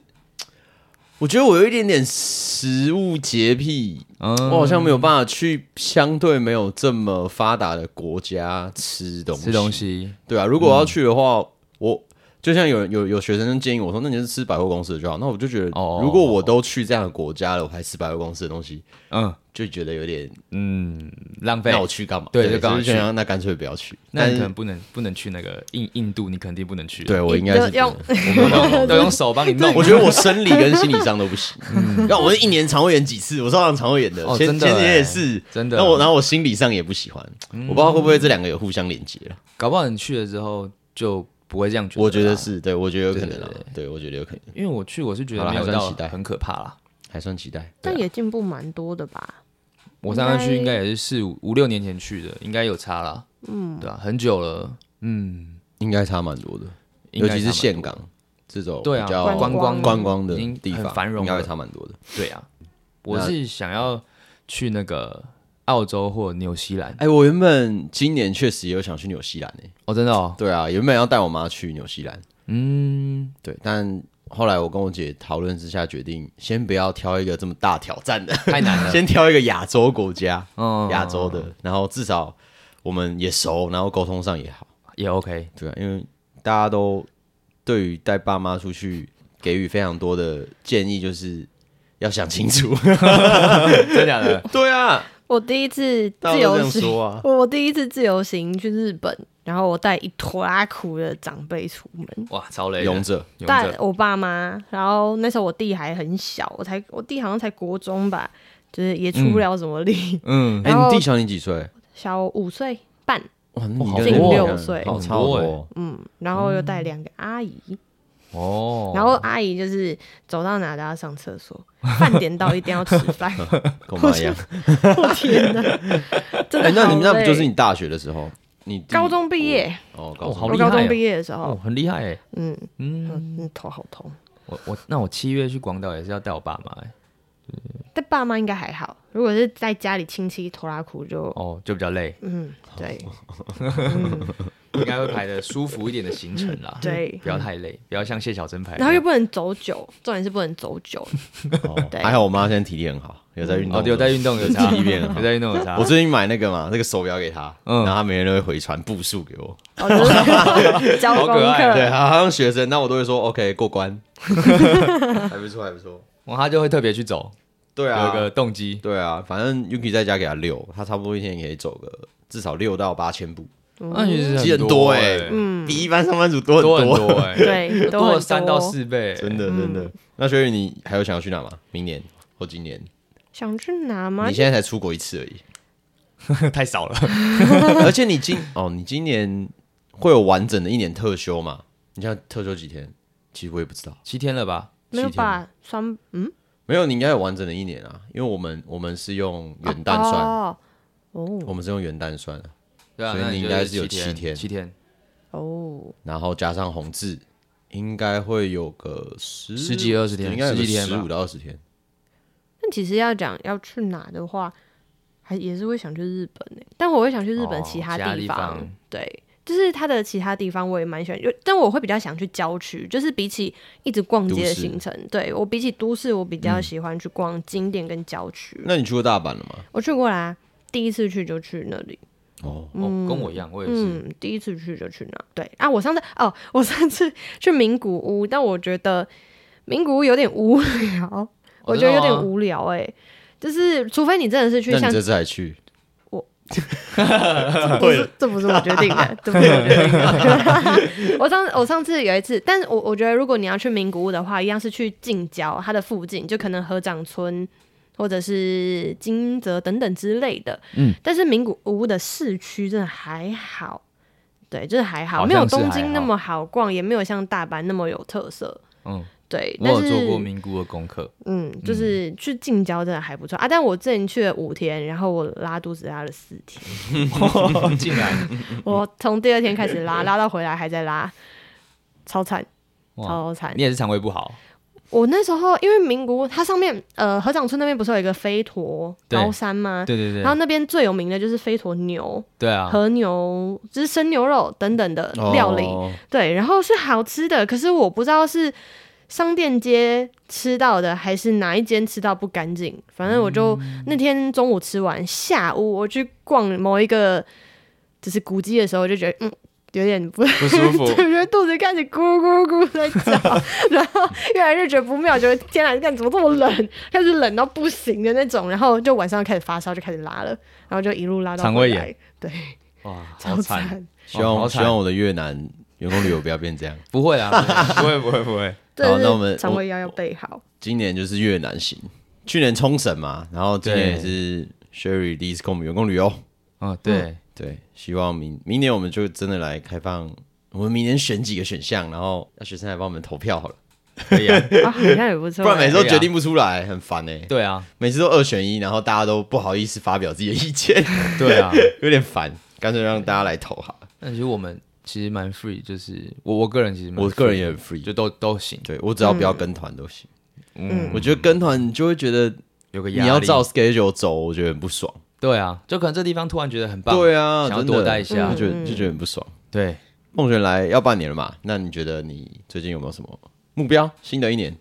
[SPEAKER 1] 我觉得我有一点点食物洁癖，
[SPEAKER 2] 嗯，
[SPEAKER 1] 我好像没有办法去相对没有这么发达的国家吃东西。
[SPEAKER 2] 吃东西，嗯
[SPEAKER 1] 对啊，如果我要去的话，我就像有有有学生建议我说，那你就吃百货公司的就好。那我就觉得
[SPEAKER 2] 哦，
[SPEAKER 1] 如果我都去这样的国家了，我还吃百货公司的东西，
[SPEAKER 2] 嗯
[SPEAKER 1] 就觉得有点，
[SPEAKER 2] 嗯，浪费
[SPEAKER 1] 那。我去干嘛？
[SPEAKER 2] 对
[SPEAKER 1] 就
[SPEAKER 2] 就干嘛
[SPEAKER 1] 是
[SPEAKER 2] 去
[SPEAKER 1] 想要那干脆不要去。
[SPEAKER 2] 那
[SPEAKER 1] 但
[SPEAKER 2] 你可
[SPEAKER 1] 是
[SPEAKER 2] 能不能不能去那个印印度，你肯定不能去。啊
[SPEAKER 1] 对我应该是不
[SPEAKER 3] 要
[SPEAKER 1] 能我没有办
[SPEAKER 2] [LAUGHS]
[SPEAKER 1] 法
[SPEAKER 2] 都用手帮你弄。啊
[SPEAKER 1] 我觉得我生理跟心理上都不
[SPEAKER 2] [LAUGHS]
[SPEAKER 1] 行。 [LAUGHS] 那、我一年肠胃炎几次，我超常肠胃炎的，
[SPEAKER 2] 哦
[SPEAKER 1] 前
[SPEAKER 2] 真的
[SPEAKER 1] 前几年
[SPEAKER 2] 欸
[SPEAKER 1] 也是
[SPEAKER 2] 真的嗯
[SPEAKER 1] 那我然后我心理上也不喜欢，我不知道会不会这两个有互相连接了。
[SPEAKER 2] 搞不好你去了之后就不会这样觉得。
[SPEAKER 1] 我觉得，是对，我觉得有可能啊
[SPEAKER 2] 对对，
[SPEAKER 1] 对我觉得有可能，
[SPEAKER 2] 因为我去我是觉
[SPEAKER 1] 好啦
[SPEAKER 2] 得没有
[SPEAKER 1] 还算
[SPEAKER 2] 到
[SPEAKER 1] 期待
[SPEAKER 2] 很可怕啦。
[SPEAKER 1] 还算期待。
[SPEAKER 3] [LAUGHS]
[SPEAKER 1] 啊
[SPEAKER 3] 但也进步蛮多的吧？
[SPEAKER 2] 我上次去应该也是四五五六年前去的，应该有差啦。嗯，对啊，很久了。嗯，
[SPEAKER 1] 应该差蛮多的，
[SPEAKER 2] 应
[SPEAKER 1] 尤
[SPEAKER 2] 该
[SPEAKER 1] 其
[SPEAKER 2] 差
[SPEAKER 1] 是
[SPEAKER 2] 蛮
[SPEAKER 1] 岘港这种
[SPEAKER 2] 对啊
[SPEAKER 1] 比较
[SPEAKER 3] 观光
[SPEAKER 1] 观光的
[SPEAKER 2] 已经
[SPEAKER 1] 地
[SPEAKER 2] 很
[SPEAKER 1] 方，
[SPEAKER 2] 繁荣
[SPEAKER 1] 应该会
[SPEAKER 2] 了
[SPEAKER 1] 差蛮多的。
[SPEAKER 2] 对啊，我是想要去那个澳洲或纽西兰。
[SPEAKER 1] 哎，我原本今年确实也有想去纽西兰诶、
[SPEAKER 2] 哦，真的哦，
[SPEAKER 1] 对啊，原本要带我妈去纽西兰，
[SPEAKER 2] 嗯，
[SPEAKER 1] 对，但后来我跟我姐讨论之下，决定先不要挑一个这么大挑战的，
[SPEAKER 2] 太难
[SPEAKER 1] [LAUGHS]
[SPEAKER 2] 了。
[SPEAKER 1] 先挑一个亚洲国家，
[SPEAKER 2] 嗯
[SPEAKER 1] 亚洲的，然后至少我们也熟，然后沟通上也好，
[SPEAKER 2] 也 OK，
[SPEAKER 1] 对啊，因为大家都对于带爸妈出去给予非常多的建议，就是要想清
[SPEAKER 2] [LAUGHS]
[SPEAKER 1] 楚。 [LAUGHS]
[SPEAKER 2] 真假的？
[SPEAKER 1] 对啊，
[SPEAKER 3] 我第一次
[SPEAKER 1] 大
[SPEAKER 3] 自
[SPEAKER 1] 家都
[SPEAKER 3] 由
[SPEAKER 1] 这样
[SPEAKER 3] 行，
[SPEAKER 1] 说啊。
[SPEAKER 3] [LAUGHS] 我第一次自由行去日本，然后我带一拖拉苦的长辈出门，
[SPEAKER 2] 哇，超累的，
[SPEAKER 1] 勇者，
[SPEAKER 2] 勇
[SPEAKER 3] 带
[SPEAKER 2] 者，
[SPEAKER 3] 我爸妈，然后那时候我弟还很小，我才我弟好像才国中吧，就是也出不了什么力，
[SPEAKER 2] 嗯，
[SPEAKER 1] 哎、
[SPEAKER 3] 然后
[SPEAKER 1] 你弟小你几岁？
[SPEAKER 3] 小我五岁半，
[SPEAKER 1] 哇，那你
[SPEAKER 2] 好
[SPEAKER 1] 跟
[SPEAKER 2] 近
[SPEAKER 1] 我一
[SPEAKER 2] 六
[SPEAKER 1] 样
[SPEAKER 3] 岁
[SPEAKER 1] 哦，
[SPEAKER 2] 很
[SPEAKER 1] 超
[SPEAKER 2] 多
[SPEAKER 1] 多。
[SPEAKER 3] 嗯，然后又带两个阿姨，
[SPEAKER 2] 哦，
[SPEAKER 3] 然后阿姨就是走到哪都要上厕所， [LAUGHS] 饭点到一定要吃
[SPEAKER 2] [LAUGHS]
[SPEAKER 3] 饭，
[SPEAKER 1] 哎跟我妈一样。
[SPEAKER 3] 我天哪，真
[SPEAKER 1] 哎、
[SPEAKER 3] 的、
[SPEAKER 1] 那你们那不就是你？大学的时候？你弟
[SPEAKER 3] 高中毕业，
[SPEAKER 1] 哦，高
[SPEAKER 2] 哦
[SPEAKER 1] 中
[SPEAKER 2] 好
[SPEAKER 3] 我
[SPEAKER 2] 厉害
[SPEAKER 3] 高中
[SPEAKER 2] 哦
[SPEAKER 3] 毕业的时候
[SPEAKER 2] 哦，，很厉害哎，
[SPEAKER 3] 嗯
[SPEAKER 2] 嗯，
[SPEAKER 3] 嗯，头好痛，
[SPEAKER 2] 我我那我七月去广岛也是要带我爸妈哎，
[SPEAKER 3] 但爸妈应该还好，如果是在家里亲戚拖拉苦就，
[SPEAKER 2] 哦，就比较累，
[SPEAKER 3] 嗯，对，
[SPEAKER 2] 应该会排的舒服一点的行程啦，
[SPEAKER 3] 对
[SPEAKER 2] 不要太累，不要像谢小珍排的，
[SPEAKER 3] 然后又不能走久，重点是不能
[SPEAKER 2] [LAUGHS]
[SPEAKER 3] 走久，
[SPEAKER 1] 哦
[SPEAKER 3] 对
[SPEAKER 1] 还好我妈现在体力很好，有在运动
[SPEAKER 2] 哦
[SPEAKER 1] 的，
[SPEAKER 2] 有在运动有差，
[SPEAKER 1] 记忆变很好
[SPEAKER 2] 有在运动有差，
[SPEAKER 1] 我最近买那个嘛，那个手表给她，
[SPEAKER 2] 嗯
[SPEAKER 1] 然后她每天都会回传步数给我。
[SPEAKER 3] 哦，就是 [LAUGHS] 交
[SPEAKER 2] 好
[SPEAKER 3] 功
[SPEAKER 2] 可爱
[SPEAKER 1] 对，
[SPEAKER 3] 课，
[SPEAKER 1] 好像学生，那我都会说 OK 过
[SPEAKER 2] [LAUGHS]
[SPEAKER 1] 关，还不错，还不错。
[SPEAKER 2] 哇，他就会特别去走，
[SPEAKER 1] 对
[SPEAKER 2] 有
[SPEAKER 1] 啊，
[SPEAKER 2] 一个动机，
[SPEAKER 1] 对啊，反正 Yuki 在家给他六，他差不多一天也可以走个至少六到八千步，
[SPEAKER 3] 嗯
[SPEAKER 2] 那啊其实
[SPEAKER 1] 其实很
[SPEAKER 2] 多
[SPEAKER 1] 哎、
[SPEAKER 2] 欸
[SPEAKER 1] 嗯，比一般上班族多很
[SPEAKER 2] 多很
[SPEAKER 1] 多，欸
[SPEAKER 2] 多哎，
[SPEAKER 3] [LAUGHS] 对，都
[SPEAKER 2] 多
[SPEAKER 3] 很
[SPEAKER 2] 了三到，四倍，
[SPEAKER 1] 真
[SPEAKER 3] 嗯
[SPEAKER 1] 的真的。那所以你还有想要去哪吗？明年或今年？
[SPEAKER 3] 想去哪吗
[SPEAKER 1] 你？现在才出国一次而已， [LAUGHS]
[SPEAKER 3] [LAUGHS]
[SPEAKER 2] 太少了，
[SPEAKER 1] 而且你今哦，你今年会有完整的一年特休嘛？你像特休几天？其实我也不知道，
[SPEAKER 2] [LAUGHS] 七天了吧？
[SPEAKER 3] 没有吧，双嗯，
[SPEAKER 1] 没有，你应该有完整的一年啊，因为我们我们是用元旦算，
[SPEAKER 3] 哦哦
[SPEAKER 1] 我们是用元旦算的，
[SPEAKER 2] 对啊，
[SPEAKER 1] 所以
[SPEAKER 2] 那
[SPEAKER 1] 你
[SPEAKER 2] 就
[SPEAKER 1] 应该是有
[SPEAKER 2] 七
[SPEAKER 1] 七天
[SPEAKER 2] 七天
[SPEAKER 3] 哦，
[SPEAKER 1] 然后加上红字，应该会有个十
[SPEAKER 2] 十几二十天
[SPEAKER 1] 应该有
[SPEAKER 2] 十几天
[SPEAKER 1] 十
[SPEAKER 2] 吧
[SPEAKER 1] 五到二十天。
[SPEAKER 3] 但其实要讲要去哪的话，还也是会想去日本呢、欸但我会想去日本
[SPEAKER 2] 哦
[SPEAKER 3] 其他
[SPEAKER 2] 其他
[SPEAKER 3] 地
[SPEAKER 2] 地
[SPEAKER 3] 方，
[SPEAKER 2] 方
[SPEAKER 3] 对，就是它的其他地方我也蛮喜欢，就但我会比较想去郊区，就是比起一直逛街
[SPEAKER 1] 都
[SPEAKER 3] 的
[SPEAKER 1] 市
[SPEAKER 3] 行程，对我比起都市，我比较喜欢去逛景点跟郊区。
[SPEAKER 1] 那你去过大阪了吗？
[SPEAKER 3] 我去过啦，第一次去就去那里，
[SPEAKER 1] 哦，
[SPEAKER 2] 哦，跟我一样，我也是。
[SPEAKER 3] 嗯，第一次去就去那，对啊，我上次哦，我上次去名古屋，但我觉得名古屋有点无聊，我觉得有
[SPEAKER 2] 啊
[SPEAKER 3] 点无聊哎、就是，除非你真的是去
[SPEAKER 1] 那
[SPEAKER 3] 像
[SPEAKER 1] 你这次还去？
[SPEAKER 3] 这不是这不是我决定的，这不是我决定的。 [LAUGHS] 我上我上次有一次，但是我我觉得如果你要去名古屋的话，一样是去近郊它的附近，就可能合掌村或者是金泽等等之类的。嗯，但是名古屋的市区真的还好，对，就是还好，
[SPEAKER 2] 好像
[SPEAKER 3] 没有
[SPEAKER 2] 是还
[SPEAKER 3] 东
[SPEAKER 2] 好
[SPEAKER 3] 京那么好逛，也没有像大阪那么有特色。
[SPEAKER 2] 嗯，
[SPEAKER 3] 对，
[SPEAKER 2] 我
[SPEAKER 3] 但
[SPEAKER 2] 有
[SPEAKER 3] 是
[SPEAKER 2] 做过名古屋的功课，
[SPEAKER 3] 嗯，就是去近郊真的还不错、啊。但我之前去了五天，然后我拉肚子拉了四天。
[SPEAKER 2] [LAUGHS] 竟然
[SPEAKER 3] 我从第二天开始拉，拉到回来还在拉，超惨，
[SPEAKER 2] 哇
[SPEAKER 3] 超惨
[SPEAKER 2] 你。也是肠胃不
[SPEAKER 3] [LAUGHS]
[SPEAKER 2] 好，
[SPEAKER 3] 我那时候因为名古屋它上面呃合掌村那边不是有一个飞驼
[SPEAKER 2] 对
[SPEAKER 3] 高山吗？
[SPEAKER 2] 对对对
[SPEAKER 3] 然后那边最有名的就是飞驼牛、
[SPEAKER 2] 对啊，
[SPEAKER 3] 和牛，就是生牛肉等等的料理。
[SPEAKER 1] 哦
[SPEAKER 3] 对，然后是好吃的，可是我不知道是商店街吃到的，还是哪一间吃到不干净。反正我就、那天中午吃完，下午我去逛某一个就是古迹的时候，我就觉得嗯，有点不， [LAUGHS]
[SPEAKER 2] 不舒服
[SPEAKER 3] 就觉得肚子开始咕咕咕在
[SPEAKER 2] [LAUGHS]
[SPEAKER 3] 叫，然后越来越觉得不妙，觉得天啊，干怎么这么冷，开始冷到不行的那种，然后就晚上开始发烧，就开始拉了，然后就一路拉到
[SPEAKER 2] 肠
[SPEAKER 3] 回
[SPEAKER 2] 胃
[SPEAKER 3] 来
[SPEAKER 2] 炎，
[SPEAKER 3] 对，
[SPEAKER 2] 哇，
[SPEAKER 3] 超
[SPEAKER 2] 好惨，
[SPEAKER 3] 惨，
[SPEAKER 1] 希望、
[SPEAKER 2] 哦好
[SPEAKER 1] 希
[SPEAKER 2] 惨
[SPEAKER 1] 望我的越南员工旅游不要变这样。
[SPEAKER 2] 不
[SPEAKER 1] [LAUGHS]
[SPEAKER 2] 会啦，不会不会不会，
[SPEAKER 3] 这
[SPEAKER 1] 好那我们
[SPEAKER 3] 是肠胃药要备
[SPEAKER 2] [LAUGHS]
[SPEAKER 3] 好。
[SPEAKER 1] 今年就是越南行，去年冲绳嘛，然后今年也是 Sherry 第一次跟我们员工旅游。
[SPEAKER 2] 哦
[SPEAKER 3] 嗯
[SPEAKER 2] 对，
[SPEAKER 1] 对，希望明明年我们就真的来开放，我们明年选几个选项，然后让学生来帮我们投票好了，
[SPEAKER 2] 可以啊，
[SPEAKER 3] 啊，好像也不错欸。
[SPEAKER 1] 不然每次都
[SPEAKER 2] 对啊
[SPEAKER 1] 决定不出来，很烦哎、[LAUGHS]
[SPEAKER 2] 对啊
[SPEAKER 1] 每次都二选一，然后大家都不好意思发表自己的意见， [LAUGHS]
[SPEAKER 2] 对啊，
[SPEAKER 1] 有点烦，干脆让大家来投好了。
[SPEAKER 2] [LAUGHS] 那其实我们其实蛮 free，就是我我个人其实蛮
[SPEAKER 1] 我个人
[SPEAKER 2] free
[SPEAKER 1] 也很 free，
[SPEAKER 2] 就都都行，
[SPEAKER 1] 对我只要不要跟团都行。
[SPEAKER 2] 嗯，
[SPEAKER 1] 我觉得跟团你就会觉得
[SPEAKER 2] 有个
[SPEAKER 1] 你
[SPEAKER 2] 压力
[SPEAKER 1] 要照 schedule 走，我觉得很不爽。
[SPEAKER 2] 对啊，就可能这地方突然觉得很棒，
[SPEAKER 1] 对啊，
[SPEAKER 2] 想要
[SPEAKER 1] 真的
[SPEAKER 2] 多待一下
[SPEAKER 1] 就觉得就觉得很不爽。
[SPEAKER 2] 对，
[SPEAKER 1] 梦璇来要半年了嘛，那你觉得你最近有没有什么目标？新的一年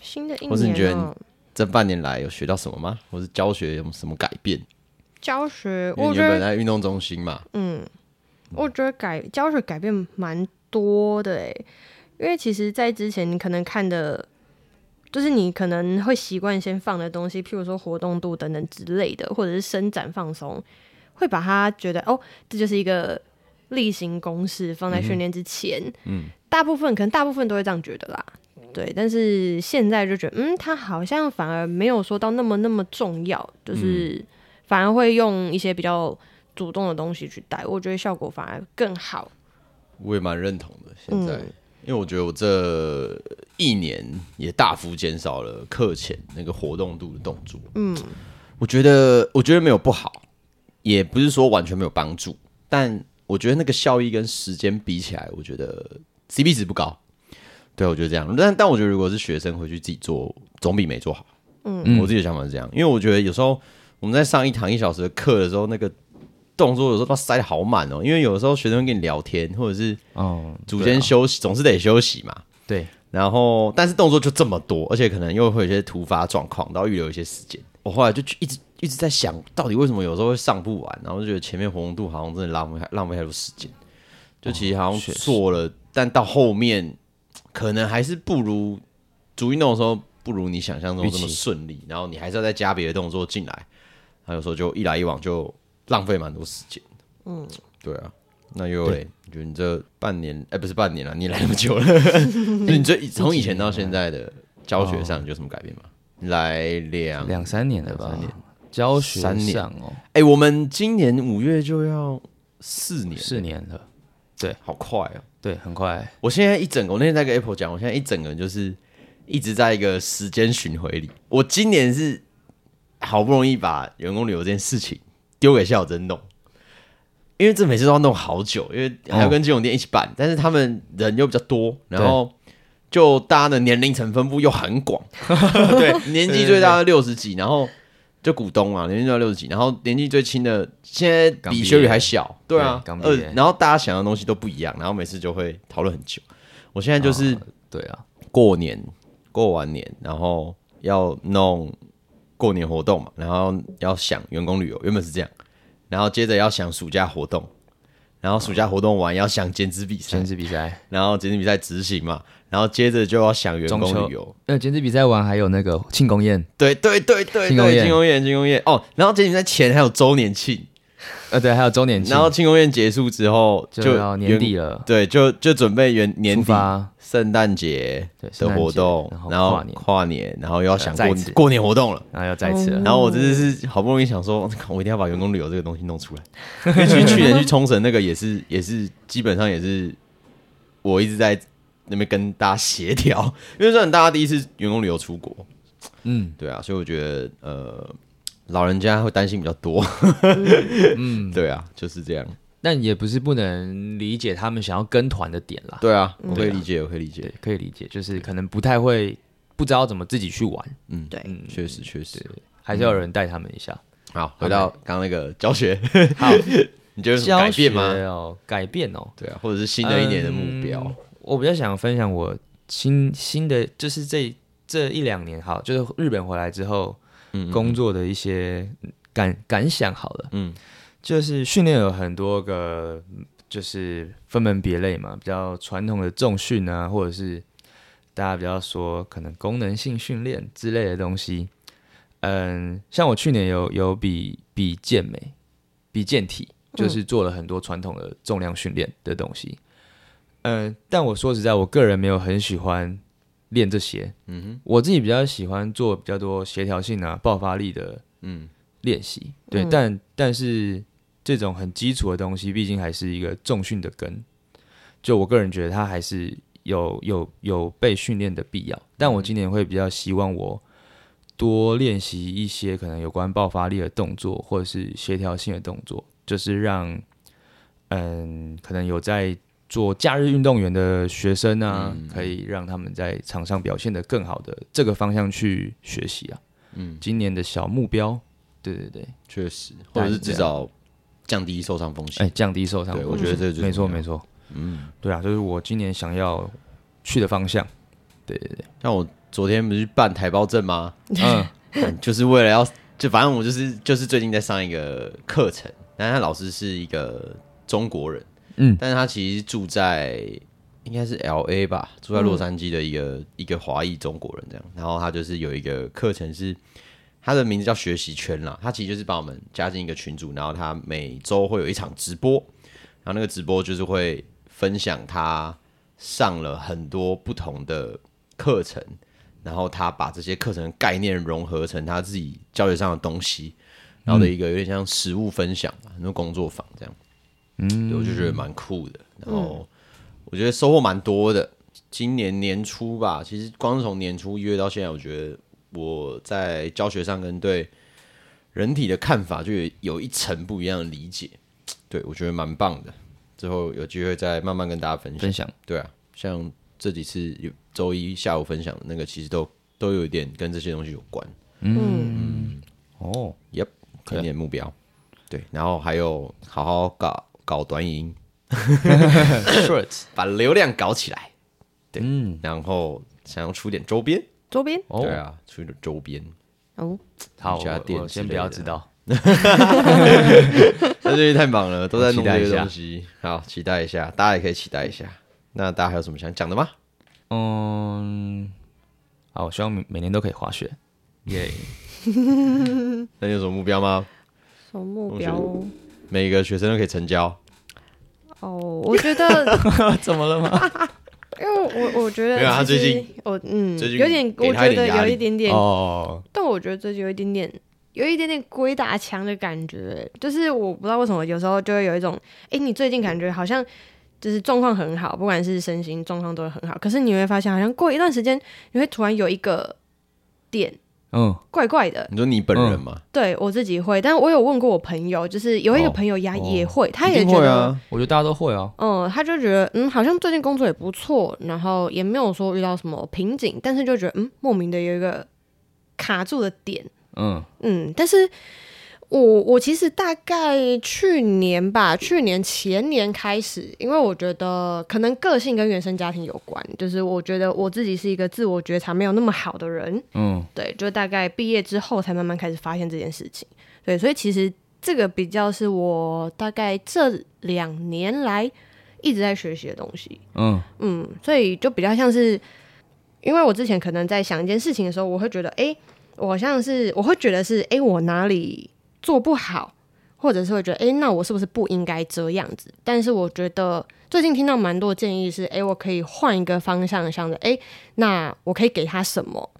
[SPEAKER 3] 新的一
[SPEAKER 1] 或是你觉
[SPEAKER 3] 年
[SPEAKER 1] 得
[SPEAKER 3] 哦，
[SPEAKER 1] 这半年来有学到什么吗？或是教学有什么改变？
[SPEAKER 3] 教学，
[SPEAKER 1] 因为
[SPEAKER 3] 我
[SPEAKER 1] 你
[SPEAKER 3] 觉
[SPEAKER 1] 原本
[SPEAKER 3] 得，
[SPEAKER 1] 在运动中心嘛，
[SPEAKER 3] 嗯，我觉得改教学改变蛮多的诶，因为其实，在之前你可能看的。就是你可能会习惯先放的东西，譬如说活动度等等之类的，或者是伸展放松，会把它觉得哦，这就是一个例行公事，放在训练之前。嗯，大部分可能大部分都会这样觉得啦。对，但是现在就觉得，嗯，它好像反而没有说到那么那么重要，就是反而会用一些比较主动的东西去带，我觉得效果反而更好。
[SPEAKER 1] 我也蛮认同的。现在，
[SPEAKER 3] 嗯
[SPEAKER 1] 因为我觉得我这一年也大幅减少了课前那个活动度的动作。
[SPEAKER 3] 嗯，
[SPEAKER 1] 我觉得，我觉得没有不好，也不是说完全没有帮助，但我觉得那个效益跟时间比起来，我觉得 CP 值不高。对，我觉得这样。但但我觉得，如果是学生回去自己做，总比没做好。嗯，我自己的想法是这样，因为我觉得有时候我们在上一堂一小时的课的时候，那个动作有时候都塞的好满哦，因为有的时候学生会跟你聊天，或者是
[SPEAKER 2] 哦，
[SPEAKER 1] 组间啊休息，总是得休息嘛。
[SPEAKER 2] 对，
[SPEAKER 1] 然后但是动作就这么多，而且可能又会有一些突发状况，然后预留一些时间。我后来就去一直一直在想，到底为什么有时候会上不完，然后就觉得前面活动度好像真的浪费太浪费太多时间，就其实好像
[SPEAKER 2] 确实
[SPEAKER 1] 做了，但到后面可能还是不如主运动的时候不如你想象中这么
[SPEAKER 2] 预期
[SPEAKER 1] 顺利，然后你还是要再加别的动作进来，然后有时候就一来一往就浪费蛮多时间。嗯，对啊。那又嘞，你觉得你这半年，哎、不是半年了，你来那么久 [LAUGHS] 了，就你这从以前到现在的教学上，你有什么改变吗？来两，哎、
[SPEAKER 2] 两三年了吧，教学
[SPEAKER 1] 三年
[SPEAKER 2] 上哦，
[SPEAKER 1] 我们今年五月就要四年，
[SPEAKER 2] 四年了，
[SPEAKER 1] 好快哦！
[SPEAKER 2] 对，很快，
[SPEAKER 1] 我现在一整个，我那天在跟 Apple 讲，我现在一整个人就是一直在一个时间巡回里。我今年是好不容易把员工旅游这件事情丢给夏小珍弄，因为这每次都要弄好久，因为还要跟金融店一起办，但是他们人又比较多，然后。就大家的年龄层分布又很广，对，年纪最大的六十几，然后就股东啊，年纪最大六十几，然后年纪最轻的现在
[SPEAKER 2] 刚
[SPEAKER 1] 比
[SPEAKER 2] 毕
[SPEAKER 1] 学宇
[SPEAKER 2] 业
[SPEAKER 1] 还小，对啊
[SPEAKER 2] 对，刚毕
[SPEAKER 1] 二
[SPEAKER 2] 业，
[SPEAKER 1] 然后大家想的东西都不一样，然后每次就会讨论很久。我现在就是
[SPEAKER 2] 对啊，
[SPEAKER 1] 过年、过完年，然后要弄过年活动嘛，然后要想员工旅游，原本是这样，然后接着要想暑假活动，然后暑假活动完要想减脂比赛
[SPEAKER 2] 兼，职比赛，
[SPEAKER 1] 然后减脂比赛执行嘛，然后接着就要想员
[SPEAKER 2] 中
[SPEAKER 1] 工
[SPEAKER 2] 秋
[SPEAKER 1] 旅游。
[SPEAKER 2] 呃，兼职比赛完还有那个庆功宴，
[SPEAKER 1] 对对对对
[SPEAKER 2] 庆功
[SPEAKER 1] 对，
[SPEAKER 2] 宴
[SPEAKER 1] 庆功宴，庆功宴哦，然后减脂比赛前还有周年庆，
[SPEAKER 2] 呃，对，还有周年庆
[SPEAKER 1] 然，后庆功宴结束之后
[SPEAKER 2] 就要年底
[SPEAKER 1] 了，
[SPEAKER 2] 了，
[SPEAKER 1] 对，就就准备元年
[SPEAKER 2] 出
[SPEAKER 1] 底
[SPEAKER 2] 发，
[SPEAKER 1] 圣诞节
[SPEAKER 2] 对圣
[SPEAKER 1] 的
[SPEAKER 2] 诞节
[SPEAKER 1] 活动，
[SPEAKER 2] 然后
[SPEAKER 1] 然后
[SPEAKER 2] 跨年呃
[SPEAKER 1] 跨年，然后又要想
[SPEAKER 2] 再
[SPEAKER 1] 过
[SPEAKER 2] 一次
[SPEAKER 1] 过年活动了。
[SPEAKER 2] 然后要再一次了，
[SPEAKER 1] 然后我真的是好不容易想说， [LAUGHS] 我一定要把员工旅游这个东西弄出来。因为去去年去冲绳那个也是 [LAUGHS] 也是基本上也是我一直在那边跟大家协调， [LAUGHS] 因为算大家第一次员工旅游出国，
[SPEAKER 2] 嗯，
[SPEAKER 1] 对啊，所以我觉得呃老人家会担心比较多， [LAUGHS] 嗯，对啊，就是这样，
[SPEAKER 2] 但也不是不能理解他们想要跟团的点啦，
[SPEAKER 1] 对啊，我可以理解，我可以理解
[SPEAKER 2] 嗯对，，可以理解，就是可能不太会，不知道怎么自己去玩，
[SPEAKER 1] 嗯，
[SPEAKER 3] 对
[SPEAKER 1] 嗯，确实确实。
[SPEAKER 2] 还是要有人带他们一下。
[SPEAKER 1] 好，回到刚刚那个 [LAUGHS] 教学，
[SPEAKER 2] 好，
[SPEAKER 1] 你觉得有什么
[SPEAKER 2] 教
[SPEAKER 1] 改
[SPEAKER 2] 学
[SPEAKER 1] 变吗？
[SPEAKER 2] 哦，改变哦，
[SPEAKER 1] 对啊，或者是新的一年的目标，
[SPEAKER 2] 嗯我比较想分享我新新的，就是这这一两年，好，就是日本回来之后，工作的一些感感想好了，
[SPEAKER 1] 嗯
[SPEAKER 2] 嗯，就是训练有很多个嗯就是分门别类嘛，比较传统的重训啊，或者是大家比较说可能功能性训练之类的东西。嗯，像我去年有有比比健美、比健体，就是做了很多传统的重量训练的东西。嗯，但我说实在，我个人没有很喜欢练这些。嗯哼，我自己比较喜欢做比较多协调性啊、爆发力的
[SPEAKER 1] 嗯
[SPEAKER 2] 练习。对，但但是这种很基础的东西，毕竟还是一个重训的根。就我个人觉得，它还是有有有被训练的必要。但我今年会比较希望我多练习一些可能有关爆发力的动作，或者是协调性的动作，就是让嗯，可能有在做假日运动员的学生啊，
[SPEAKER 1] 嗯
[SPEAKER 2] 可以让他们在场上表现得更好的这个方向去学习啊。
[SPEAKER 1] 嗯，
[SPEAKER 2] 今年的小目标，对对对。
[SPEAKER 1] 确实，或者是
[SPEAKER 2] 啊
[SPEAKER 1] 至少降低受伤风险。
[SPEAKER 2] 哎，降低受伤。
[SPEAKER 1] 对我觉得这个最
[SPEAKER 2] 没错
[SPEAKER 1] 重要
[SPEAKER 2] 没错。嗯，对啊，就是我今年想要去的方向。
[SPEAKER 1] 像我昨天不是去办台胞证吗？
[SPEAKER 2] 嗯，
[SPEAKER 1] 嗯就是为了要，就反正我就是就是最近在上一个课程，但他老师是一个中国人，
[SPEAKER 2] 嗯
[SPEAKER 1] 但是他其实住在应该是 L A 吧，住在洛杉矶的一个、一个华裔中国人这样，然后他就是有一个课程是。他的名字叫学习圈啦，他其实就是把我们加进一个群组，然后他每周会有一场直播，然后那个直播就是会分享他上了很多不同的课程，然后他把这些课程的概念融合成他自己教学上的东西，然后的一个有点像实物分享嘛，很多工作坊这样，嗯，对我就觉得蛮酷的，然后我觉得收获蛮多的。今年年初吧，其实光是从年初一月到现在，我觉得我在教学上跟对人体的看法就有有一层不一样的理解，对我觉得蛮棒的。之后有机会再慢慢跟大家分享。
[SPEAKER 2] 分享。
[SPEAKER 1] 对啊，像这几次有周一下午分享的那个，其实都都有一点跟这些东西有关。
[SPEAKER 2] 哦，
[SPEAKER 1] Yep，今年目标。对，然后还有好好搞搞短影 [LAUGHS] 音，
[SPEAKER 2] short。
[SPEAKER 1] 把流量搞起来，
[SPEAKER 2] 嗯，
[SPEAKER 1] 然后想要出点周边。
[SPEAKER 3] 周边
[SPEAKER 2] 哦
[SPEAKER 1] 对，啊，出点周边。
[SPEAKER 3] 哦，
[SPEAKER 2] 好，
[SPEAKER 1] 瑜伽
[SPEAKER 2] 我
[SPEAKER 1] 垫
[SPEAKER 2] 我
[SPEAKER 1] 之
[SPEAKER 2] 先不
[SPEAKER 1] 类
[SPEAKER 2] 要
[SPEAKER 1] 的
[SPEAKER 2] 知道。
[SPEAKER 1] 那最近太忙了，都在
[SPEAKER 2] 期
[SPEAKER 1] 弄
[SPEAKER 2] 待
[SPEAKER 1] 这
[SPEAKER 2] 一
[SPEAKER 1] 些
[SPEAKER 2] 下
[SPEAKER 1] 东西。好，期待一下，大家也可以期待一下。那大家还有什么想讲的吗？
[SPEAKER 2] 嗯，好，我希望每每年都可以滑雪。耶，
[SPEAKER 1] 那你有什么目标吗？
[SPEAKER 3] 什么目标哦？
[SPEAKER 1] 每个学生都可以成交。
[SPEAKER 3] 哦，我觉得，
[SPEAKER 2] [LAUGHS] 怎么了吗？
[SPEAKER 3] 因 [LAUGHS] 为哦我我觉得
[SPEAKER 1] 没有啊他
[SPEAKER 3] 其实
[SPEAKER 1] 最近
[SPEAKER 3] 我嗯
[SPEAKER 1] 最近
[SPEAKER 3] 有点，
[SPEAKER 1] 给
[SPEAKER 3] 我
[SPEAKER 1] 他
[SPEAKER 3] 觉
[SPEAKER 1] 一点
[SPEAKER 3] 得
[SPEAKER 1] 压
[SPEAKER 3] 有
[SPEAKER 1] 力
[SPEAKER 3] 一点点
[SPEAKER 2] 哦，
[SPEAKER 3] 但我觉得这就有一点点，有一点点鬼打墙的感觉，就是我不知道为什么有时候就会有一种，诶，你最近感觉好像就是状况很好，不管是身心状况都很好，可是你会发现好像过一段时间，你会突然有一个点
[SPEAKER 2] 嗯，
[SPEAKER 3] 怪怪的。
[SPEAKER 1] 你说你本人吗？
[SPEAKER 3] 对我自己会，但我有问过我朋友，就是有一个
[SPEAKER 2] 哦
[SPEAKER 3] 朋友呀
[SPEAKER 2] 哦
[SPEAKER 3] 也会，他
[SPEAKER 1] 一
[SPEAKER 3] 也
[SPEAKER 1] 定
[SPEAKER 3] 觉
[SPEAKER 1] 会
[SPEAKER 3] 得。
[SPEAKER 1] 啊。
[SPEAKER 2] 我觉得大家都会哦。
[SPEAKER 3] 嗯，他就觉得嗯，好像最近工作也不错，然后也没有说遇到什么瓶颈，但是就觉得嗯，莫名的有一个卡住的点，
[SPEAKER 2] 嗯，
[SPEAKER 3] 嗯，但是我我其实大概去年吧，去年前年开始，因为我觉得可能个性跟原生家庭有关，就是我觉得我自己是一个自我觉察没有那么好的人，
[SPEAKER 2] 嗯，
[SPEAKER 3] 对，就大概毕业之后才慢慢开始发现这件事情，对，所以其实这个比较是我大概这两年来一直在学习的东西，
[SPEAKER 2] 嗯，
[SPEAKER 3] 嗯，所以就比较像是，因为我之前可能在想一件事情的时候，我会觉得，诶，我好像是，我会觉得是，诶，我哪里做不好，或者是会觉得，诶，那我是不是不应该这样子？但是我觉得最近听到蛮多建议是，诶，我可以换一个方向，想着，诶，那我可以给他什么？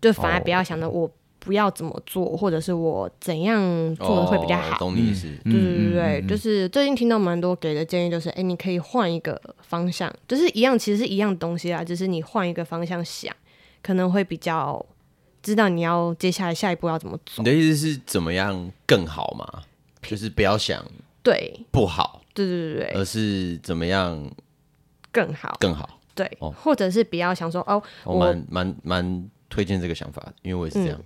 [SPEAKER 3] 就反而不要想着我不要怎么做，或者是我怎样做的会比较
[SPEAKER 1] 哦
[SPEAKER 3] 好。
[SPEAKER 1] 懂你意思。
[SPEAKER 2] 嗯
[SPEAKER 3] 对对对，就是最近听到蛮多给的建议，就是哎、诶你可以换一个方向，就是一样，其实是一样的东西啦，啊只是你换一个方向想，可能会比较知道你要接下来下一步要怎么
[SPEAKER 1] 你
[SPEAKER 3] 做。
[SPEAKER 1] 的意思是怎么样更好吗？就是不要想
[SPEAKER 3] 对
[SPEAKER 1] 不好，
[SPEAKER 3] 对对对对，
[SPEAKER 1] 而是怎么样
[SPEAKER 3] 更好，
[SPEAKER 1] 更好。
[SPEAKER 3] 对，
[SPEAKER 1] 哦
[SPEAKER 3] 或者是不要想说哦，
[SPEAKER 1] 我
[SPEAKER 3] 我嗯
[SPEAKER 1] 蛮蛮蛮推荐这个想法的，因为我也是这样。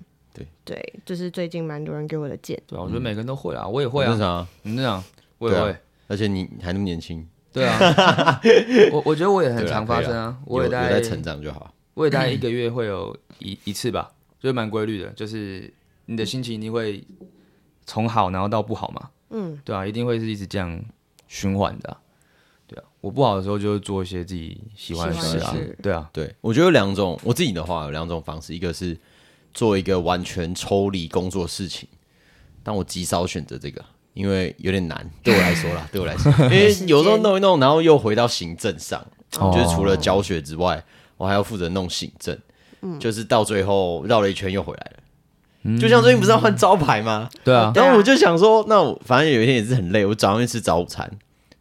[SPEAKER 3] 对，就是最近蛮多人给我的建议。
[SPEAKER 2] 对啊，我觉得每个人都会啊，我也会
[SPEAKER 1] 正
[SPEAKER 2] 啊，
[SPEAKER 1] 常啊，
[SPEAKER 2] 你这样，我也
[SPEAKER 1] 对啊
[SPEAKER 2] 会。
[SPEAKER 1] 而且你还那么年轻，
[SPEAKER 2] 对啊， [LAUGHS] 我我觉得我也很
[SPEAKER 1] 对啦
[SPEAKER 2] 常发
[SPEAKER 1] 可以啦
[SPEAKER 2] 生啊，
[SPEAKER 1] 有
[SPEAKER 2] 我也
[SPEAKER 1] 有
[SPEAKER 2] 大概
[SPEAKER 1] 在成长就好。
[SPEAKER 2] 我也大概一个月会有一一次吧，就是蛮规律的，就是你的心情一定会从好然后到不好嘛，嗯，对啊，一定会是一直这样循环的啊、对啊，我不好的时候就是做一些自己喜欢的
[SPEAKER 3] 喜
[SPEAKER 2] 事
[SPEAKER 1] 欢
[SPEAKER 2] 啊
[SPEAKER 1] 的
[SPEAKER 3] 事，
[SPEAKER 2] 对啊，
[SPEAKER 1] 对，我觉得有两种，我自己的话有两种方式，一个是做一个完全抽离工作事情，但我极少选择这个，因为有点
[SPEAKER 2] [LAUGHS]
[SPEAKER 1] 难，对我来说啦，对我来说，因为有时候弄一弄，然后又回到行政上，
[SPEAKER 2] 哦
[SPEAKER 1] 就是除了教学之外，我还要负责弄行政，
[SPEAKER 2] 嗯
[SPEAKER 1] 就是到最后绕了一圈又回来了。就像最近不是要换招牌吗？
[SPEAKER 2] 对啊，
[SPEAKER 1] 然
[SPEAKER 3] 对
[SPEAKER 1] 后
[SPEAKER 3] 啊
[SPEAKER 1] 我就想说，那我反正有一天也是很累，我早上去吃早午餐，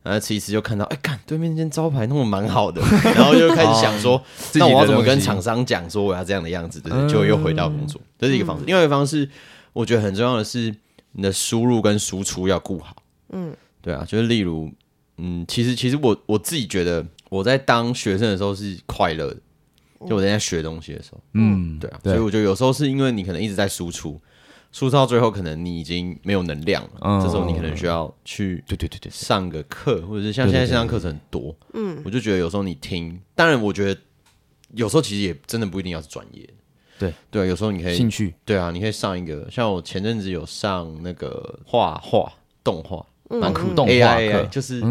[SPEAKER 1] 然后吃一吃就看到，哎，看对面那间招牌弄得蛮好的， [LAUGHS] 然后就开始想说，
[SPEAKER 2] 哦自己
[SPEAKER 1] 那
[SPEAKER 2] 的
[SPEAKER 1] 我要怎么跟
[SPEAKER 2] 东西哦
[SPEAKER 1] 厂商讲说我要这样的样子，对对，就又回到工作，这是一个方式。另外一个方式，我觉得很重要的是你的输入跟输出要顾好。嗯，对啊，就是例如，嗯，其实其实我我自己觉得我在当学生的时候是快乐的，就我在学东西的时候，
[SPEAKER 2] 嗯，
[SPEAKER 1] 对啊，
[SPEAKER 2] 对
[SPEAKER 1] 所以我觉得有时候是因为你可能一直在输出，输出到最后可能你已经没有能量了，
[SPEAKER 2] 嗯
[SPEAKER 1] 这时候你可能需要去
[SPEAKER 2] 对对对对，
[SPEAKER 1] 上个课，或者是像
[SPEAKER 2] 对对
[SPEAKER 1] 现在
[SPEAKER 2] 对
[SPEAKER 1] 线上课程很多，嗯，我就觉得有时候你听，当然我觉得有时候其实也真的不一定要是专业的，
[SPEAKER 2] 对
[SPEAKER 1] 对啊，有时候你可以
[SPEAKER 2] 兴趣
[SPEAKER 1] 对啊，你可以上一个，像我前阵子有上那个画画动画，蛮酷的
[SPEAKER 2] 动画
[SPEAKER 1] AI
[SPEAKER 2] 课嗯
[SPEAKER 1] AI 就是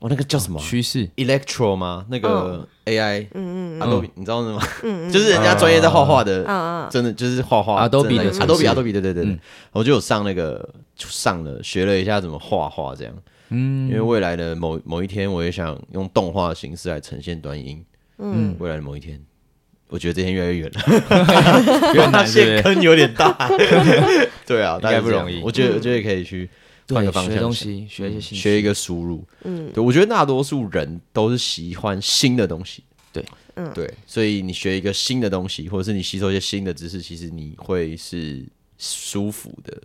[SPEAKER 1] 我那个叫什么啊
[SPEAKER 2] 趋势
[SPEAKER 1] Electro 吗？那个 AI，嗯嗯，Adobe，你知道那吗？就是人家专业在画画的，真的就是画画真
[SPEAKER 2] Adobe 的程式
[SPEAKER 1] Adobe Adobe，对对对对，我就有上那个上了学了一下怎么画画这样，嗯，因为未来的某某一天，我也想用动画的形式来呈现短音，嗯，未来的某一天。我觉得这天越来越远了，
[SPEAKER 2] 越
[SPEAKER 1] 发
[SPEAKER 2] 难
[SPEAKER 1] 现
[SPEAKER 2] 对
[SPEAKER 1] 坑有点大。对啊，
[SPEAKER 2] 应该
[SPEAKER 1] 大概是
[SPEAKER 2] 不
[SPEAKER 1] 这样
[SPEAKER 2] 容易
[SPEAKER 1] 我觉得，我觉得可以去换个方向
[SPEAKER 2] 学东
[SPEAKER 1] 想
[SPEAKER 2] 西，学一些兴趣，
[SPEAKER 1] 学一个输入。嗯，对，我觉得大多数人都是喜欢新的东西。
[SPEAKER 2] 对，
[SPEAKER 1] 嗯，对，所以你学一个新的东西，或者是你吸收一些新的知识，其实你会是舒服的。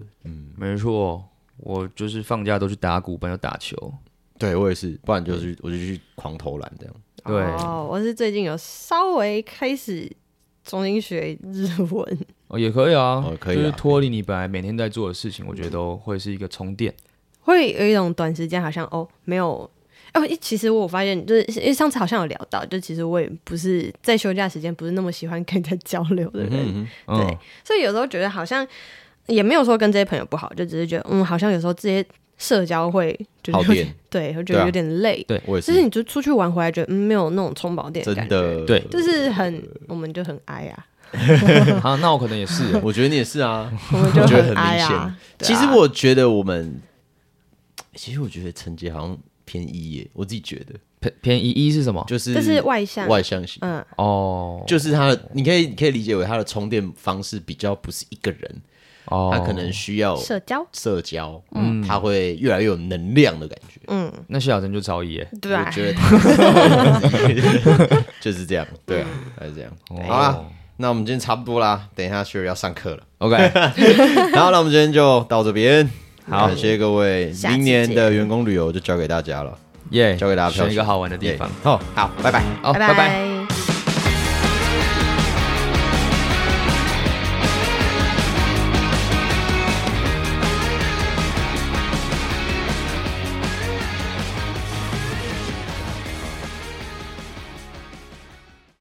[SPEAKER 2] 没错，我就是放假都去打鼓，不然就打球。
[SPEAKER 1] 对我也是，不然
[SPEAKER 3] 嗯
[SPEAKER 1] 就是我就去狂投篮
[SPEAKER 3] [LAUGHS]
[SPEAKER 1] 这样。
[SPEAKER 2] 对
[SPEAKER 3] 哦，我是最近有稍微开始重新学日文，
[SPEAKER 2] 哦，也可以啊，
[SPEAKER 1] 哦可以啊嗯
[SPEAKER 2] 就是脱离你本来每天在做的事情，我觉得都会是一个充电。
[SPEAKER 3] 会有一种短时间好像哦没有。哦，一其实我发现，就是因为上次好像有聊到，就其实我也不是在休假时间不是那么喜欢跟人家交流的人，
[SPEAKER 1] 嗯，
[SPEAKER 2] 嗯、
[SPEAKER 3] 对，所以有时候觉得好像也没有说跟这些朋友不好，就只是觉得嗯，好像有时候这些社交会就是
[SPEAKER 1] 耗
[SPEAKER 3] 有点
[SPEAKER 1] 电，
[SPEAKER 3] [LAUGHS] 对，会觉
[SPEAKER 1] 对
[SPEAKER 3] 得
[SPEAKER 1] 啊
[SPEAKER 3] 有点累。
[SPEAKER 2] 对
[SPEAKER 1] 我也
[SPEAKER 3] 就是
[SPEAKER 1] 是，
[SPEAKER 3] 你就出去玩回来，觉得嗯没有那种充饱电的
[SPEAKER 1] 真
[SPEAKER 3] 感觉，
[SPEAKER 1] 的。，
[SPEAKER 2] 对
[SPEAKER 3] 就是很我们就很哀啊，
[SPEAKER 2] [LAUGHS] 啊，那我可能也是
[SPEAKER 1] 我觉得你也是啊。
[SPEAKER 3] [LAUGHS] 我们就
[SPEAKER 1] 我觉得很
[SPEAKER 3] 哀
[SPEAKER 1] 明显
[SPEAKER 3] 啊。对啊
[SPEAKER 1] 其实我觉得我们，其实我觉得陈杰好像偏一耶，我自己觉得
[SPEAKER 2] [LAUGHS] 偏偏一一是什么？
[SPEAKER 1] 就是
[SPEAKER 3] 这是外向，
[SPEAKER 1] 外向型。
[SPEAKER 3] 嗯，
[SPEAKER 2] 哦，
[SPEAKER 1] 就是他的，你可以你可以理解为他的充电方式比较不是一个人，
[SPEAKER 2] 哦，
[SPEAKER 1] 他可能需要
[SPEAKER 3] 社交，
[SPEAKER 1] 社交，嗯，他会越来越有能量的感觉。
[SPEAKER 3] 嗯，
[SPEAKER 2] 那谢小珍就超一耶，
[SPEAKER 3] 对啊
[SPEAKER 1] 我，觉得
[SPEAKER 2] [LAUGHS]
[SPEAKER 1] 他就是这样，对啊，还是这样。
[SPEAKER 2] 哦
[SPEAKER 1] 好啦，那我们今天差不多啦，等一下 Sherry 要上课了， [LAUGHS]
[SPEAKER 2] ，OK，
[SPEAKER 1] 然后那我们今天就到这边。
[SPEAKER 2] 好
[SPEAKER 1] 感谢各位，
[SPEAKER 3] 下次
[SPEAKER 1] 明年的员工旅游就交给大家了，
[SPEAKER 2] 耶，
[SPEAKER 1] 交给大家票
[SPEAKER 2] 选一个好玩的地
[SPEAKER 1] 耶
[SPEAKER 2] 方。
[SPEAKER 1] 哦，好，拜拜。
[SPEAKER 2] 好，
[SPEAKER 3] 拜
[SPEAKER 2] 拜拜
[SPEAKER 3] 拜